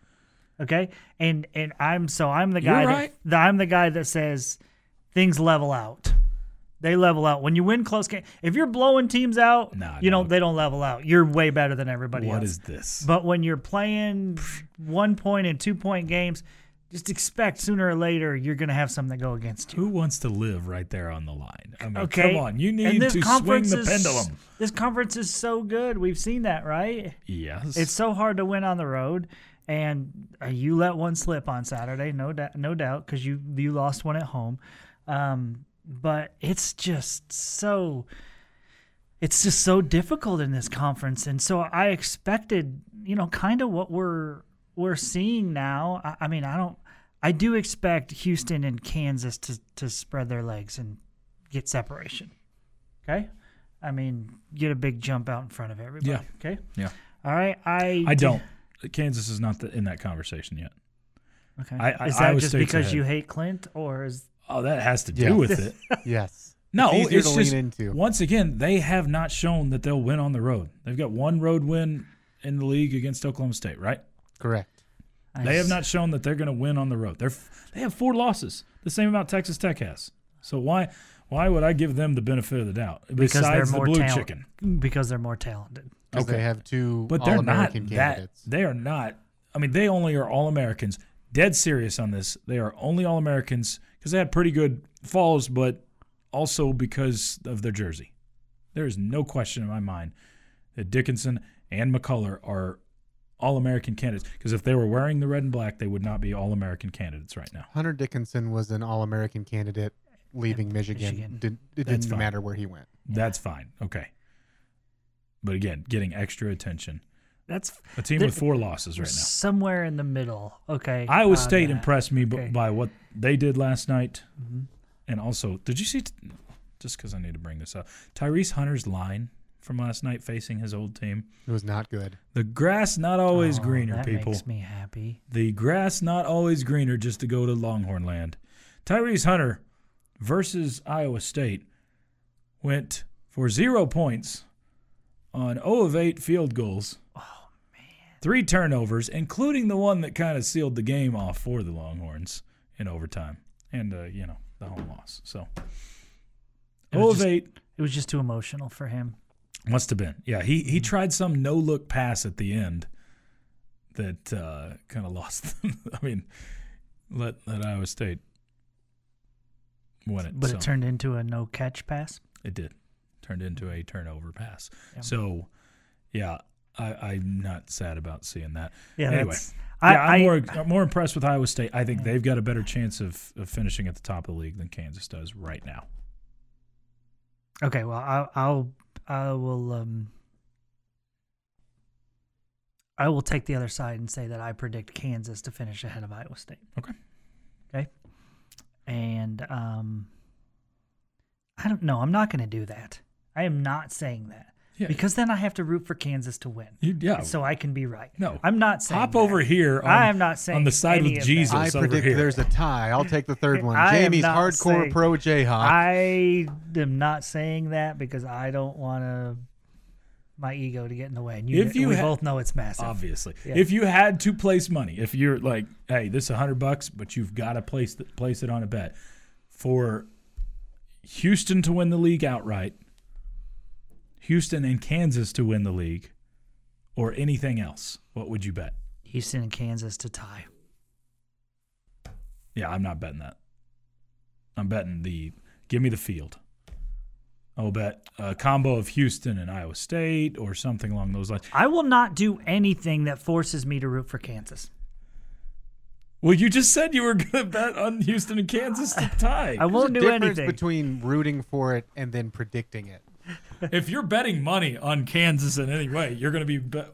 Speaker 7: Okay. And, and I'm, so I'm the
Speaker 3: You're
Speaker 7: guy,
Speaker 3: right.
Speaker 7: that, I'm the guy that says things level out. They level out when you win close game. If you're blowing teams out,
Speaker 3: Nah,
Speaker 7: you know
Speaker 3: no.
Speaker 7: they don't level out. You're way better than [LAUGHS] everybody
Speaker 3: What
Speaker 7: else.
Speaker 3: is this?
Speaker 7: But when you're playing one point and two point games, just expect sooner or later you're going to have something that go against you.
Speaker 3: Who wants to live right there on the line? I mean,
Speaker 7: Okay.
Speaker 3: come on, you
Speaker 7: And
Speaker 3: need
Speaker 7: this
Speaker 3: to swing
Speaker 7: conference
Speaker 3: the
Speaker 7: is-
Speaker 3: pendulum.
Speaker 7: This conference is so good. We've seen that, right?
Speaker 3: Yes,
Speaker 7: It's so hard to win on the road, and uh, you let one slip on Saturday, no doubt, no doubt, because you you lost one at home. Um, but it's just so it's just so difficult in this conference and so i expected you know kind of what we're we're seeing now I, I mean i don't i do expect houston and kansas to to spread their legs and get separation okay i mean get a big jump out in front of everybody
Speaker 3: Yeah.
Speaker 7: okay
Speaker 3: Yeah.
Speaker 7: all right i
Speaker 3: I
Speaker 7: [LAUGHS]
Speaker 3: don't. Kansas is not the, in that conversation yet.
Speaker 7: okay
Speaker 3: I- I-
Speaker 7: is that
Speaker 3: Iowa
Speaker 7: just
Speaker 3: State's
Speaker 7: because
Speaker 3: ahead.
Speaker 7: you hate clint or is
Speaker 3: Oh, that has to do
Speaker 6: Yeah.
Speaker 3: with it.
Speaker 6: [LAUGHS] Yes.
Speaker 3: No,
Speaker 6: It's
Speaker 3: it's,
Speaker 6: easier to lean
Speaker 3: just
Speaker 6: into.
Speaker 3: once again they have not shown that they'll win on the road. They've got one road win in the league against Oklahoma State, right?
Speaker 6: Correct.
Speaker 3: They have not shown that they're going to win on the road. They're f- they have four losses, the same amount Texas Tech has. So why why would I give them the benefit of the doubt?
Speaker 7: because they're
Speaker 3: Besides
Speaker 7: more
Speaker 3: the blue
Speaker 7: talent-
Speaker 3: chicken,
Speaker 7: because they're more talented
Speaker 6: Because
Speaker 3: Okay.
Speaker 6: they have two
Speaker 3: but they're not
Speaker 6: All-American
Speaker 3: that.
Speaker 6: candidates.
Speaker 3: They are not. I mean, they only are all Americans. Dead serious on this. They are only all Americans because they had pretty good falls, but also because of their jersey. There is no question in my mind that Dickinson and McCullough are all American candidates. Because if they were wearing the red and black, they would not be all American candidates right now.
Speaker 6: Hunter Dickinson was an All-American candidate leaving Michigan.
Speaker 7: Michigan.
Speaker 6: Did, it
Speaker 3: That's
Speaker 6: didn't
Speaker 3: fine.
Speaker 6: matter where he went.
Speaker 3: That's fine. Okay. But again, getting extra attention.
Speaker 7: that's
Speaker 3: A team
Speaker 7: They-
Speaker 3: with four losses right now.
Speaker 7: somewhere in the middle. Okay.
Speaker 3: Iowa
Speaker 7: on
Speaker 3: State
Speaker 7: that.
Speaker 3: impressed me b-
Speaker 7: Okay. Mm-hmm.
Speaker 3: by what they did last night. And also, did you see, t- just because I need to bring this up, Tyrese Hunter's line from last night facing his old team?
Speaker 6: It was not good.
Speaker 3: The grass not always
Speaker 7: Oh,
Speaker 3: greener,
Speaker 7: that
Speaker 3: people.
Speaker 7: makes me happy.
Speaker 3: the grass not always greener just to go to Longhorn land. Tyrese Hunter versus Iowa State went for zero points on 0 of 8 field goals. Oh, man. Three turnovers, including the one that kind of sealed the game off for the Longhorns in overtime and, uh, you know, the home loss. So,
Speaker 7: It
Speaker 3: 0
Speaker 7: was
Speaker 3: of
Speaker 7: just-
Speaker 3: 8
Speaker 7: It was just too emotional for him.
Speaker 3: must have been. Yeah, he,
Speaker 7: Mm-hmm.
Speaker 3: he tried some no look pass at the end that uh, kind of lost [LAUGHS] them. I mean, let let Iowa State win it.
Speaker 7: But
Speaker 3: so.
Speaker 7: it turned into a no catch pass.
Speaker 3: It did. Turned into a turnover pass.
Speaker 7: Yeah.
Speaker 3: So, yeah, I, I'm not sad about seeing that.
Speaker 7: Yeah.
Speaker 3: anyway,
Speaker 7: That's,
Speaker 3: yeah,
Speaker 7: I,
Speaker 3: I'm
Speaker 7: I-
Speaker 3: more I'm more impressed with Iowa State. I think they've got a better chance of, of finishing at the top of the league than Kansas does right now.
Speaker 7: Okay. Well, I, I'll I will um I will take the other side and say that I predict Kansas to finish ahead of Iowa State.
Speaker 3: Okay.
Speaker 7: Okay. And um I don't know. I'm not going to do that. I am not saying that.
Speaker 3: Yeah.
Speaker 7: Because then I have to root for Kansas to win.
Speaker 3: You, yeah.
Speaker 7: so I can be right.
Speaker 3: No.
Speaker 7: I'm not saying.
Speaker 3: Hop
Speaker 7: that.
Speaker 3: over here. On,
Speaker 7: I am not saying
Speaker 3: on the side
Speaker 7: any
Speaker 3: with
Speaker 7: of that.
Speaker 3: Jesus
Speaker 6: I
Speaker 3: over
Speaker 6: predict
Speaker 3: here.
Speaker 6: there's a tie. I'll take
Speaker 3: [LAUGHS]
Speaker 6: the third one.
Speaker 7: I am
Speaker 6: Jamie's
Speaker 7: not
Speaker 6: hardcore
Speaker 7: saying-
Speaker 6: pro Jayhawk.
Speaker 7: I am not saying that because I don't want to my ego to get in the way. And you,
Speaker 3: If you
Speaker 7: we
Speaker 3: ha-
Speaker 7: both know it's massive.
Speaker 3: obviously.
Speaker 7: Yeah.
Speaker 3: If you had to place money, if you're like, hey, this is a hundred bucks, but you've got to place th- place it on a bet for Houston to win the league outright, Houston and Kansas to win the league, or anything else, what would you bet?
Speaker 7: Houston and Kansas to tie.
Speaker 3: Yeah, I'm not betting that. I'm betting the give me the field. I'll bet a combo of Houston and Iowa State or something along those lines.
Speaker 7: I will not do anything that forces me to root for Kansas.
Speaker 3: Well, you just said you were going to [LAUGHS] bet on Houston and Kansas
Speaker 7: [LAUGHS]
Speaker 3: to tie.
Speaker 7: I won't
Speaker 6: There's
Speaker 7: do
Speaker 6: a difference
Speaker 7: anything.
Speaker 6: between rooting for it and then predicting it.
Speaker 3: if you're betting money on Kansas in any way, you're going to be bet.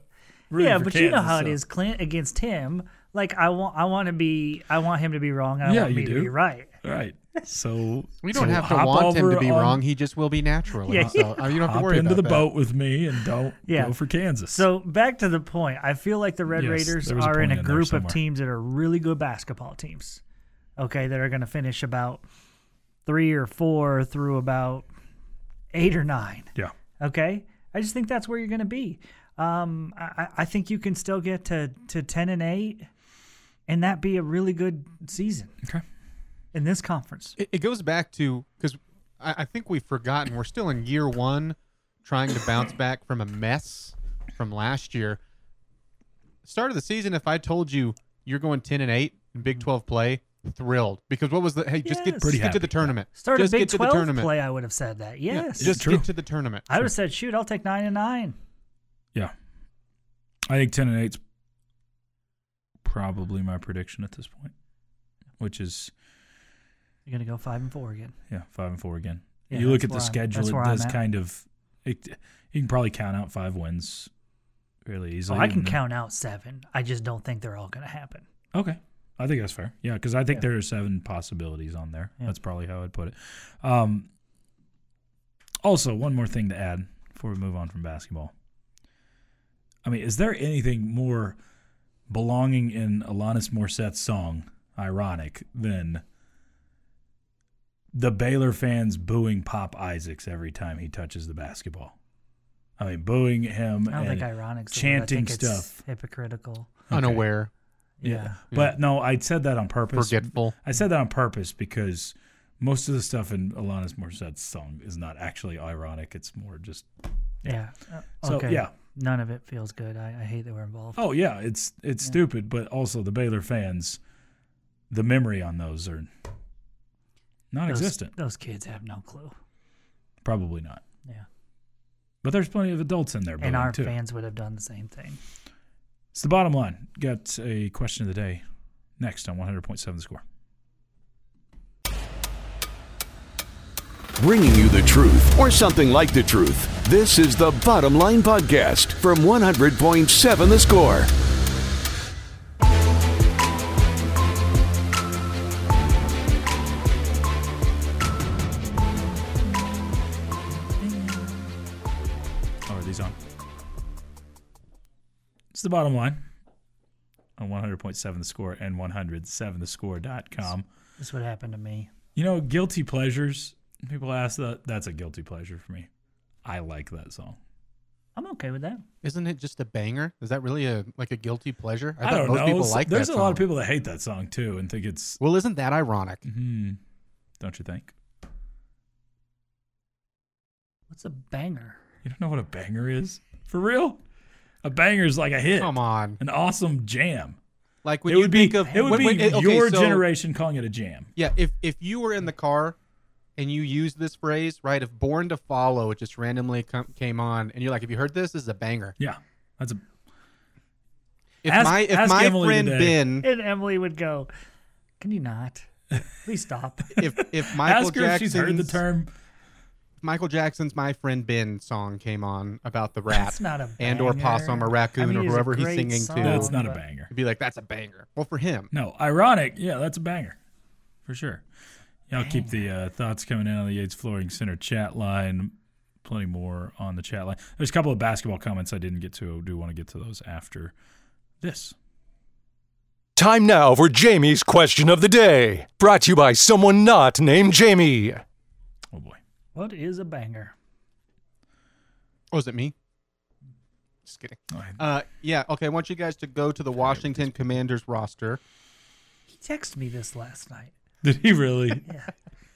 Speaker 3: rooting
Speaker 7: yeah,
Speaker 3: for
Speaker 7: but you know
Speaker 3: Kansas,
Speaker 7: how it
Speaker 3: so-
Speaker 7: is, Clint against him. Like I want, I want to be, I want him to be wrong. and I
Speaker 3: Yeah,
Speaker 7: want
Speaker 3: you
Speaker 7: me to
Speaker 3: do.
Speaker 7: be right.
Speaker 3: All right.
Speaker 7: [LAUGHS]
Speaker 3: So
Speaker 6: We don't
Speaker 3: so
Speaker 6: have to
Speaker 3: hop
Speaker 6: want him to
Speaker 3: over
Speaker 6: be
Speaker 3: on-
Speaker 6: wrong. He just will be naturally.
Speaker 3: [LAUGHS]
Speaker 7: Yeah.
Speaker 6: So uh, you don't have
Speaker 3: Hop
Speaker 6: to worry
Speaker 3: into
Speaker 6: about
Speaker 3: the
Speaker 6: that.
Speaker 3: boat with me and don't
Speaker 7: Yeah.
Speaker 3: go for Kansas.
Speaker 7: So back to the point, I feel like the Red
Speaker 3: Yes,
Speaker 7: Raiders
Speaker 3: there was a
Speaker 7: are in
Speaker 3: point
Speaker 7: a
Speaker 3: in there
Speaker 7: group of
Speaker 3: somewhere.
Speaker 7: teams that are really good basketball teams. Okay, that are going to finish about three or four through about eight or nine.
Speaker 3: yeah,
Speaker 7: Okay, I just think that's where you're going to be. Um, I, I- I think you can still get to to ten and eight, and that be a really good season.
Speaker 3: Okay.
Speaker 7: in this conference.
Speaker 6: It, it goes back to because I, I think we've forgotten we're still in year one, trying to [COUGHS] bounce back from a mess from last year. Start of the season, if I told you you're going ten and eight in Big Twelve play, thrilled because what was the hey? Just
Speaker 7: Yes.
Speaker 6: get,
Speaker 7: Pretty
Speaker 6: just get to
Speaker 3: happy.
Speaker 6: the tournament.
Speaker 7: Start
Speaker 6: just
Speaker 7: a Big
Speaker 6: get to the
Speaker 7: Twelve
Speaker 6: tournament.
Speaker 7: play. I would have said that.
Speaker 6: Yeah,
Speaker 7: Yes,
Speaker 6: just
Speaker 3: True.
Speaker 6: get to the tournament.
Speaker 7: I would have said, shoot, I'll take nine and nine.
Speaker 3: yeah. I think ten and eight's probably my prediction at this point, which is
Speaker 7: You're gonna go five and four again.
Speaker 3: Yeah, five and four again.
Speaker 7: Yeah,
Speaker 3: you look
Speaker 7: that's
Speaker 3: at the
Speaker 7: where I'm-
Speaker 3: schedule;
Speaker 7: that's
Speaker 3: it
Speaker 7: where
Speaker 3: does
Speaker 7: I'm at.
Speaker 3: kind of. It, you can probably count out five wins, really
Speaker 7: So
Speaker 3: easily.
Speaker 7: Oh, I can
Speaker 3: and-
Speaker 7: count out seven. I just don't think they're all gonna happen.
Speaker 3: Okay. I think that's fair. Yeah, because I think
Speaker 7: Yeah.
Speaker 3: there are seven possibilities on there.
Speaker 7: Yeah.
Speaker 3: That's probably how I'd put it. Um, also, one more thing to add before we move on from basketball. I mean, is there anything more belonging in Alanis Morissette's song, ironic, than the Baylor fans booing Pop Isaacs every time he touches the basketball? I mean, booing him
Speaker 7: I don't
Speaker 3: and
Speaker 7: think ironic's the word. I
Speaker 3: chanting
Speaker 7: think it's
Speaker 3: stuff.
Speaker 7: hypocritical.
Speaker 6: Unaware,
Speaker 3: Yeah. But no, I said that on purpose.
Speaker 6: forgetful.
Speaker 3: I said that on purpose because most of the stuff in Alanis Morissette's song is not actually ironic. It's more just
Speaker 7: Yeah. Uh,
Speaker 3: So,
Speaker 7: okay.
Speaker 3: yeah.
Speaker 7: None of it feels good. I, I hate that we're involved.
Speaker 3: oh yeah, it's it's stupid, but also the Baylor fans, the memory on those are
Speaker 7: those,
Speaker 3: non-existent.
Speaker 7: Those kids have no clue.
Speaker 3: Probably not.
Speaker 7: Yeah.
Speaker 3: But there's plenty of adults in there.
Speaker 7: and
Speaker 3: booing,
Speaker 7: our
Speaker 3: too.
Speaker 7: fans would have done the same thing.
Speaker 3: It's the bottom line. Got a question of the day next on 100.7 The Score.
Speaker 2: Bringing you the truth or something like the truth. This is the Bottom Line Podcast from 100.7 The Score.
Speaker 3: Oh, are these on? It's the bottom line on 100.7 The Score and 107thescore.com.
Speaker 7: This would happen to me.
Speaker 3: You know, guilty pleasures. People ask that. That's a guilty pleasure for me. I like that song.
Speaker 7: I'm okay with that.
Speaker 6: Isn't it just a banger? Is that really a like a guilty pleasure?
Speaker 3: I,
Speaker 6: thought
Speaker 3: don't
Speaker 6: most
Speaker 3: know.
Speaker 6: people
Speaker 3: So-
Speaker 6: like
Speaker 3: There's
Speaker 6: that
Speaker 3: a lot
Speaker 6: song.
Speaker 3: of people that hate that song too and think it's.
Speaker 6: Well, isn't that ironic?
Speaker 3: Hmm, don't you think?
Speaker 7: What's
Speaker 3: [LAUGHS]
Speaker 7: a banger?
Speaker 3: You don't know what a banger is for real. A banger is like a hit,
Speaker 6: Come on,
Speaker 3: an awesome jam.
Speaker 6: like when
Speaker 3: it
Speaker 6: you
Speaker 3: would be.
Speaker 6: think of
Speaker 3: it would
Speaker 6: when-
Speaker 3: be
Speaker 6: when- okay,
Speaker 3: your
Speaker 6: so-
Speaker 3: generation calling it a jam.
Speaker 6: Yeah, if if you were in the car and you used this phrase, right? If "Born to Follow" it just randomly com- came on, and you're like, "Have you heard this? This is a banger."
Speaker 3: Yeah, that's a
Speaker 6: If
Speaker 3: Ask-
Speaker 6: my if
Speaker 3: ask
Speaker 6: my
Speaker 3: Emily
Speaker 6: friend
Speaker 3: today.
Speaker 6: Ben,
Speaker 7: And Emily would go, Can you not?
Speaker 3: [LAUGHS]
Speaker 7: Please stop.
Speaker 6: if if Michael
Speaker 3: ask her if she's heard the
Speaker 6: Jackson's
Speaker 3: term.
Speaker 6: Michael Jackson's "My Friend Ben" song came on about the rat
Speaker 7: That's not a
Speaker 6: and or
Speaker 7: banger.
Speaker 6: possum or raccoon
Speaker 7: I mean, it
Speaker 6: or
Speaker 7: is a
Speaker 6: whoever he's
Speaker 7: great
Speaker 6: singing
Speaker 7: song,
Speaker 6: to,
Speaker 3: That's not a
Speaker 7: but-
Speaker 3: banger.
Speaker 6: it'd be like, "That's a banger." Well, for him,
Speaker 3: No, ironic. Yeah, that's a banger for sure. Y'all keep the uh, thoughts coming in on the Yates Flooring Center chat line. Plenty more on the chat line. There's a couple of basketball comments I didn't get to. I do want to get to those after this.
Speaker 8: Time now for Jamie's question of the day, brought to you by someone not named Jamie.
Speaker 3: Oh boy. [LAUGHS]
Speaker 7: What is a banger?
Speaker 6: oh, is it me? Just kidding.
Speaker 3: Oh, I-
Speaker 6: Uh, yeah. Okay, I want you guys to go to the Washington Commanders roster.
Speaker 7: He texted me this last night.
Speaker 3: Did he really? [LAUGHS]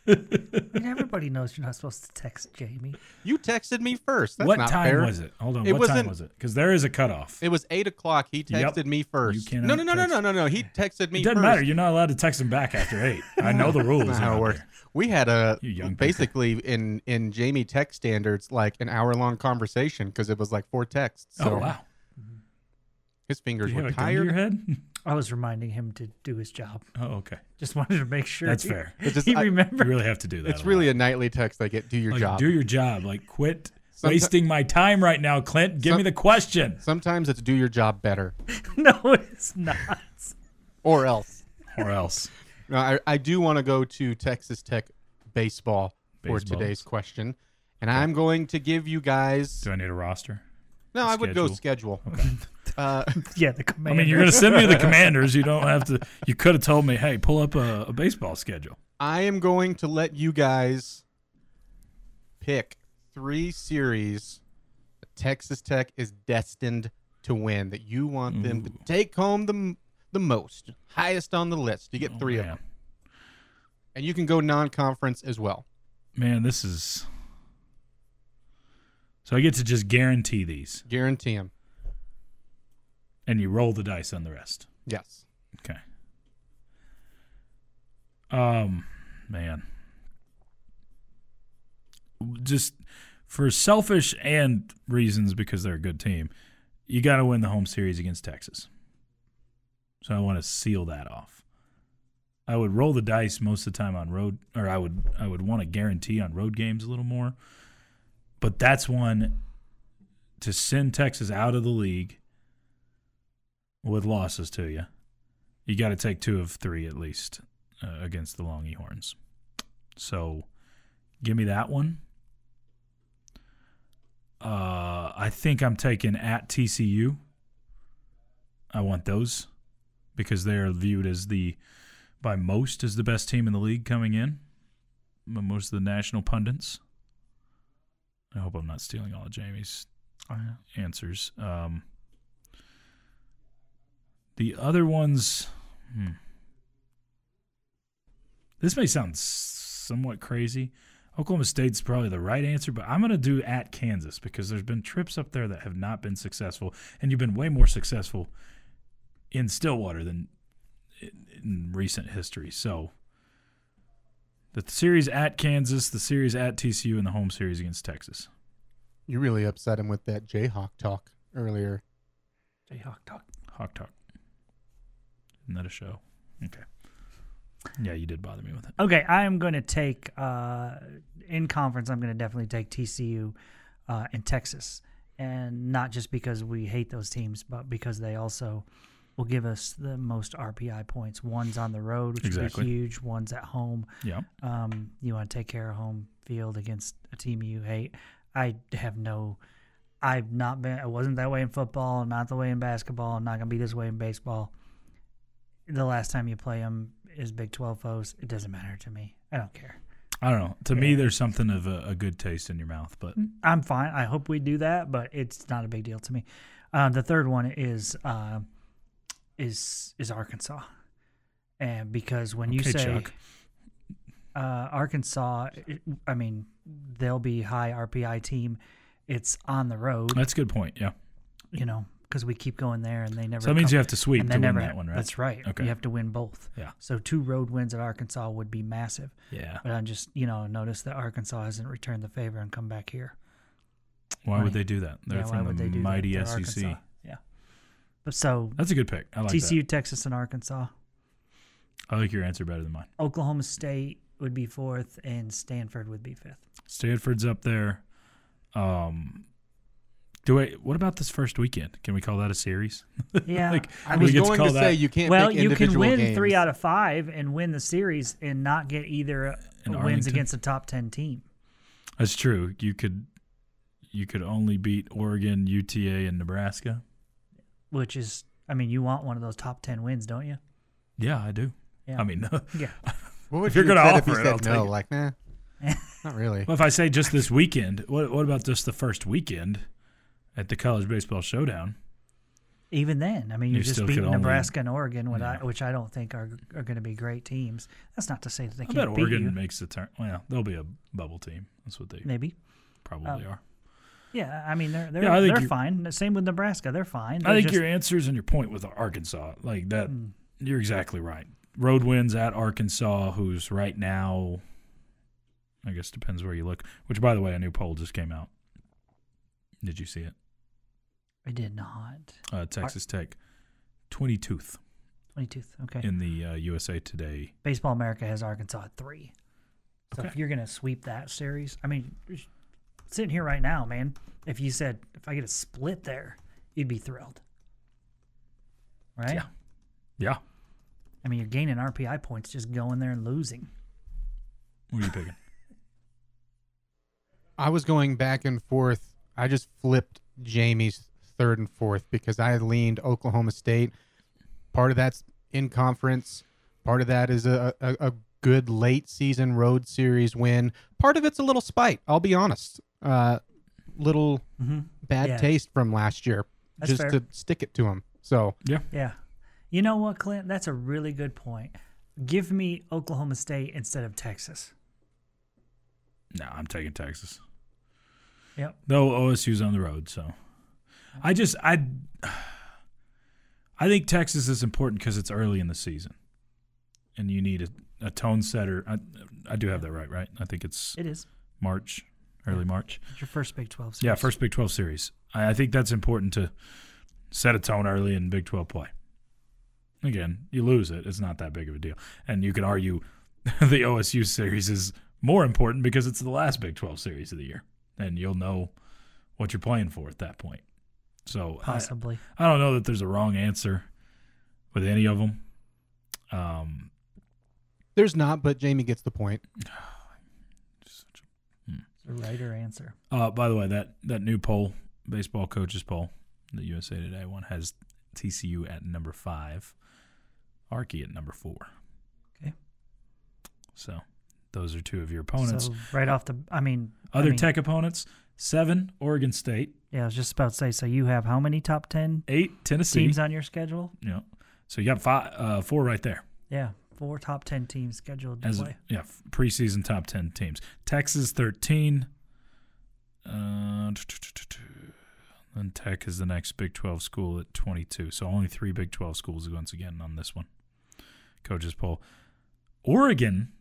Speaker 7: I mean, everybody knows you're not supposed to text Jamie.
Speaker 6: You texted me first. That's
Speaker 3: what
Speaker 6: not
Speaker 3: time
Speaker 6: fair.
Speaker 3: was it? Hold on.
Speaker 6: It
Speaker 3: what time
Speaker 6: wasn't-
Speaker 3: was it? Because there is a cutoff. It,
Speaker 6: It was eight o'clock. He
Speaker 3: Yep.
Speaker 6: texted me first.
Speaker 3: You cannot
Speaker 6: no, no, no, no,
Speaker 3: text.
Speaker 6: no, no, no. He texted me.
Speaker 3: doesn't
Speaker 6: first.
Speaker 3: matter. You're not allowed to text him back after
Speaker 6: [LAUGHS]
Speaker 3: eight. I know the rules.
Speaker 6: That's not how it
Speaker 3: out
Speaker 6: works.
Speaker 3: there.
Speaker 6: We had a
Speaker 3: You young people.
Speaker 6: basically in in Jamie text standards like an hour long conversation because it was like four texts. So
Speaker 3: oh wow.
Speaker 6: his
Speaker 3: Do
Speaker 6: fingers
Speaker 3: you have
Speaker 6: were
Speaker 3: a gun to your
Speaker 6: tired.
Speaker 3: head? [LAUGHS]
Speaker 7: I was reminding him to do his job.
Speaker 3: Oh okay.
Speaker 7: Just wanted to make sure.
Speaker 3: That's
Speaker 7: he- [LAUGHS]
Speaker 3: fair.
Speaker 6: It's just-
Speaker 7: he
Speaker 6: I-
Speaker 3: You
Speaker 7: remembered.
Speaker 3: really have to do that.
Speaker 6: It's
Speaker 3: a lot.
Speaker 6: really a nightly text. Like it. Do your
Speaker 3: like
Speaker 6: job.
Speaker 3: do your job. Like quit
Speaker 6: Someti-
Speaker 3: wasting my time right now, Clint. Give me
Speaker 6: Some-
Speaker 3: the question.
Speaker 6: Sometimes it's do your job better
Speaker 7: No, it's not.
Speaker 6: or else.
Speaker 3: or else.
Speaker 6: No, I, I do want to go to Texas Tech baseball, for
Speaker 3: Baseball.
Speaker 6: today's question, and I'm going to give you guys.
Speaker 3: Do I need a roster?
Speaker 6: No, I would go schedule. [LAUGHS] Uh,
Speaker 7: Yeah, the
Speaker 3: I
Speaker 7: commander.
Speaker 3: mean, you're going to send me the commanders. You don't have to. You could have told me, hey, pull up a, a baseball schedule.
Speaker 6: I am going to let you guys pick three series that Texas Tech is destined to win that you want them to take home the m- the most, highest on the list. You get three of
Speaker 3: man.
Speaker 6: them, and you can go non-conference as well.
Speaker 3: Man, this is. So I get to just guarantee these,
Speaker 6: Guarantee them.
Speaker 3: and you roll the dice on the rest.
Speaker 6: Yes.
Speaker 3: Okay. Um, man. Just for selfish and reasons because they're a good team, you got to win the home series against Texas. So I want to seal that off. I would roll the dice most of the time on road, or I would I would want to guarantee on road games a little more. But that's one to send Texas out of the league with losses to you. You got to take two of three at least uh, against the Longhorns. So, give me that one. Uh, I think I'm taking at TCU. I want those because they are viewed as the by most as the best team in the league coming in. By most of the national pundits. I hope I'm not stealing all of Jamie's answers. Um, the other ones. Hmm. This may sound s- somewhat crazy. Oklahoma State's probably the right answer, but I'm going to do at Kansas because there's been trips up there that have not been successful, and you've been way more successful in Stillwater than in, in recent history. So the series at Kansas, the series at TCU, and the home series against Texas.
Speaker 6: You really upset him with that Jayhawk talk earlier.
Speaker 7: Jayhawk talk.
Speaker 3: Hawk Talk. Isn't that a show? Okay. Yeah, you did bother me with it.
Speaker 7: Okay, I am going to take uh, in conference. I'm going to definitely take TCU uh, and Texas, and not just because we hate those teams, but because they also will give us the most RPI points. One's on the road, which
Speaker 3: Exactly.
Speaker 7: is huge. One's at home.
Speaker 3: Yeah.
Speaker 7: Um, you want to take care of home field against a team you hate. I have no. I've not been. I wasn't that way in football. I'm not the way in basketball. I'm not gonna be this way in baseball. The last time you play them is Big Twelve foes. It doesn't matter to me. I don't care.
Speaker 3: I don't know. To me, there's something of a, a good taste in your mouth, but
Speaker 7: I'm fine. I hope we do that, but it's not a big deal to me. Uh, the third one is uh, is is Arkansas, and because when you
Speaker 3: Okay,
Speaker 7: say
Speaker 3: Chuck.
Speaker 7: uh, Arkansas, it- I mean they'll be high RPI team. It's on the road,
Speaker 3: that's a good point. Yeah.
Speaker 7: you know, because we keep going there and they never.
Speaker 3: So that means
Speaker 7: come-
Speaker 3: you have to sweep
Speaker 7: and
Speaker 3: to
Speaker 7: they
Speaker 3: win
Speaker 7: never-
Speaker 3: that one, right?
Speaker 7: That's right.
Speaker 3: Okay.
Speaker 7: You have to win both.
Speaker 3: Yeah.
Speaker 7: So two road wins at Arkansas would be massive.
Speaker 3: Yeah.
Speaker 7: But I'm just, you know, notice that Arkansas hasn't returned the favor and come back here.
Speaker 3: Why
Speaker 7: Right.
Speaker 3: would they do that? They're
Speaker 7: yeah, why
Speaker 3: from
Speaker 7: would
Speaker 3: the
Speaker 7: they do that?
Speaker 3: mighty
Speaker 7: They're
Speaker 3: SEC.
Speaker 7: Arkansas. Yeah. But so
Speaker 3: That's a good pick. I like
Speaker 7: TCU,
Speaker 3: that.
Speaker 7: Texas, and Arkansas.
Speaker 3: I like your answer better than mine.
Speaker 7: Oklahoma State would be fourth, and Stanford would be fifth.
Speaker 3: Stanford's up there. Um, do I, What about this first weekend? Can we call that a series? [LAUGHS]
Speaker 7: Yeah.
Speaker 3: like,
Speaker 6: I
Speaker 3: we
Speaker 6: was
Speaker 3: get
Speaker 6: going to,
Speaker 3: call
Speaker 6: say
Speaker 3: that-
Speaker 6: you can't.
Speaker 7: well,
Speaker 6: pick
Speaker 7: you can
Speaker 6: individual
Speaker 7: win
Speaker 6: games.
Speaker 7: three out of five and win the series and not get either
Speaker 3: And
Speaker 7: wins
Speaker 3: Arlington?
Speaker 7: against a top 10 team.
Speaker 3: That's true. You could you could only beat Oregon, UTA, and Nebraska.
Speaker 7: which is I mean, you want one of those top ten wins, don't you?
Speaker 3: Yeah, I do.
Speaker 7: Yeah.
Speaker 3: I mean, [LAUGHS]
Speaker 7: Yeah.
Speaker 6: What would
Speaker 3: If you're
Speaker 6: you have
Speaker 3: gonna
Speaker 6: said if he
Speaker 3: offer it,
Speaker 6: said
Speaker 3: I'll take
Speaker 6: no,
Speaker 3: it.
Speaker 6: like
Speaker 7: [LAUGHS]
Speaker 6: nah, not really.
Speaker 3: Well, if I say just this weekend, what what about just the first weekend at the college baseball showdown?
Speaker 7: Even then, I mean,
Speaker 3: You
Speaker 7: you're just
Speaker 3: still could
Speaker 7: beating
Speaker 3: only-
Speaker 7: Nebraska and Oregon, which I, which I don't think are are going to be great teams. That's not to say that they
Speaker 3: I
Speaker 7: can't
Speaker 3: bet
Speaker 7: beat
Speaker 3: Oregon
Speaker 7: you.
Speaker 3: makes the turn. Well, they'll be a bubble team. That's what they
Speaker 7: Maybe,
Speaker 3: probably are.
Speaker 7: yeah. I mean, they're they're,
Speaker 3: Yeah, I think
Speaker 7: they're
Speaker 3: you-
Speaker 7: fine. The Same with Nebraska, they're fine.
Speaker 3: I
Speaker 7: They're
Speaker 3: think
Speaker 7: just-
Speaker 3: your answers and your point with Arkansas, like that, you're exactly right. Road wins at Arkansas, who's right now, I guess depends where you look. Which, by the way, a new poll just came out. Did you see it?
Speaker 7: I did not
Speaker 3: Uh, Texas Tech, 22th
Speaker 7: twenty tooth. Okay,
Speaker 3: in the uh, USA Today.
Speaker 7: Baseball America has Arkansas at three. So if
Speaker 3: Okay.
Speaker 7: you're going to sweep that series, I mean, just sitting here right now, man, if you said if I get a split there, you'd be thrilled, right?
Speaker 3: Yeah. Yeah.
Speaker 7: I mean, you're gaining RPI points just going there and losing.
Speaker 3: What are you picking? [LAUGHS]
Speaker 6: I was going back and forth. I just flipped Jamie's third and fourth because I leaned Oklahoma State. Part of that's in conference. Part of that is a, a, a good late season road series win. Part of it's a little spite. I'll be honest. Uh, little bad
Speaker 7: Mm-hmm. Yeah.
Speaker 6: taste from last year,
Speaker 7: That's
Speaker 6: just
Speaker 7: fair.
Speaker 6: to stick it to him. So
Speaker 7: Yeah. You know what, Clint? That's a really good point. Give me Oklahoma State instead of Texas.
Speaker 3: no, I'm taking Texas.
Speaker 7: Yep.
Speaker 3: Though OSU's on the road, so I just I I think Texas is important because it's early in the season, and you need a, a tone setter. I I do have that right, right? I think it's
Speaker 7: It is.
Speaker 3: March, early March.
Speaker 7: It's your first Big 12 series.
Speaker 3: Yeah, first Big Twelve series. I, I think that's important to set a tone early in Big Twelve play. again, you lose it. It's not that big of a deal. And you can argue [LAUGHS] the OSU series is more important because it's the last Big 12 series of the year. And you'll know what you're playing for at that point. So I-
Speaker 7: possibly.
Speaker 3: I don't know that there's a wrong answer with any of them. Um,
Speaker 6: There's not, but Jamie gets the point.
Speaker 7: It's a right or answer.
Speaker 3: Uh, by the way, that that new poll, baseball coaches poll, the USA Today one has TCU at number five, Arky at number four.
Speaker 7: Okay.
Speaker 3: So those are two of your opponents.
Speaker 7: So right off the, I mean, I
Speaker 3: Other
Speaker 7: mean,
Speaker 3: Tech opponents: seven, Oregon State;
Speaker 7: Yeah, I was just about to say. So you have how many top ten
Speaker 3: eight, Tennessee.
Speaker 7: teams on your schedule?
Speaker 3: yeah. So you got five, uh, four right there.
Speaker 7: Yeah, four top ten teams scheduled to
Speaker 3: As
Speaker 7: play.
Speaker 3: yeah, f- preseason top ten teams. Texas thirteen. Uh, and Tech is the next Big Twelve school at twenty two. So only three Big Twelve schools once again on this one. Coaches poll. Oregon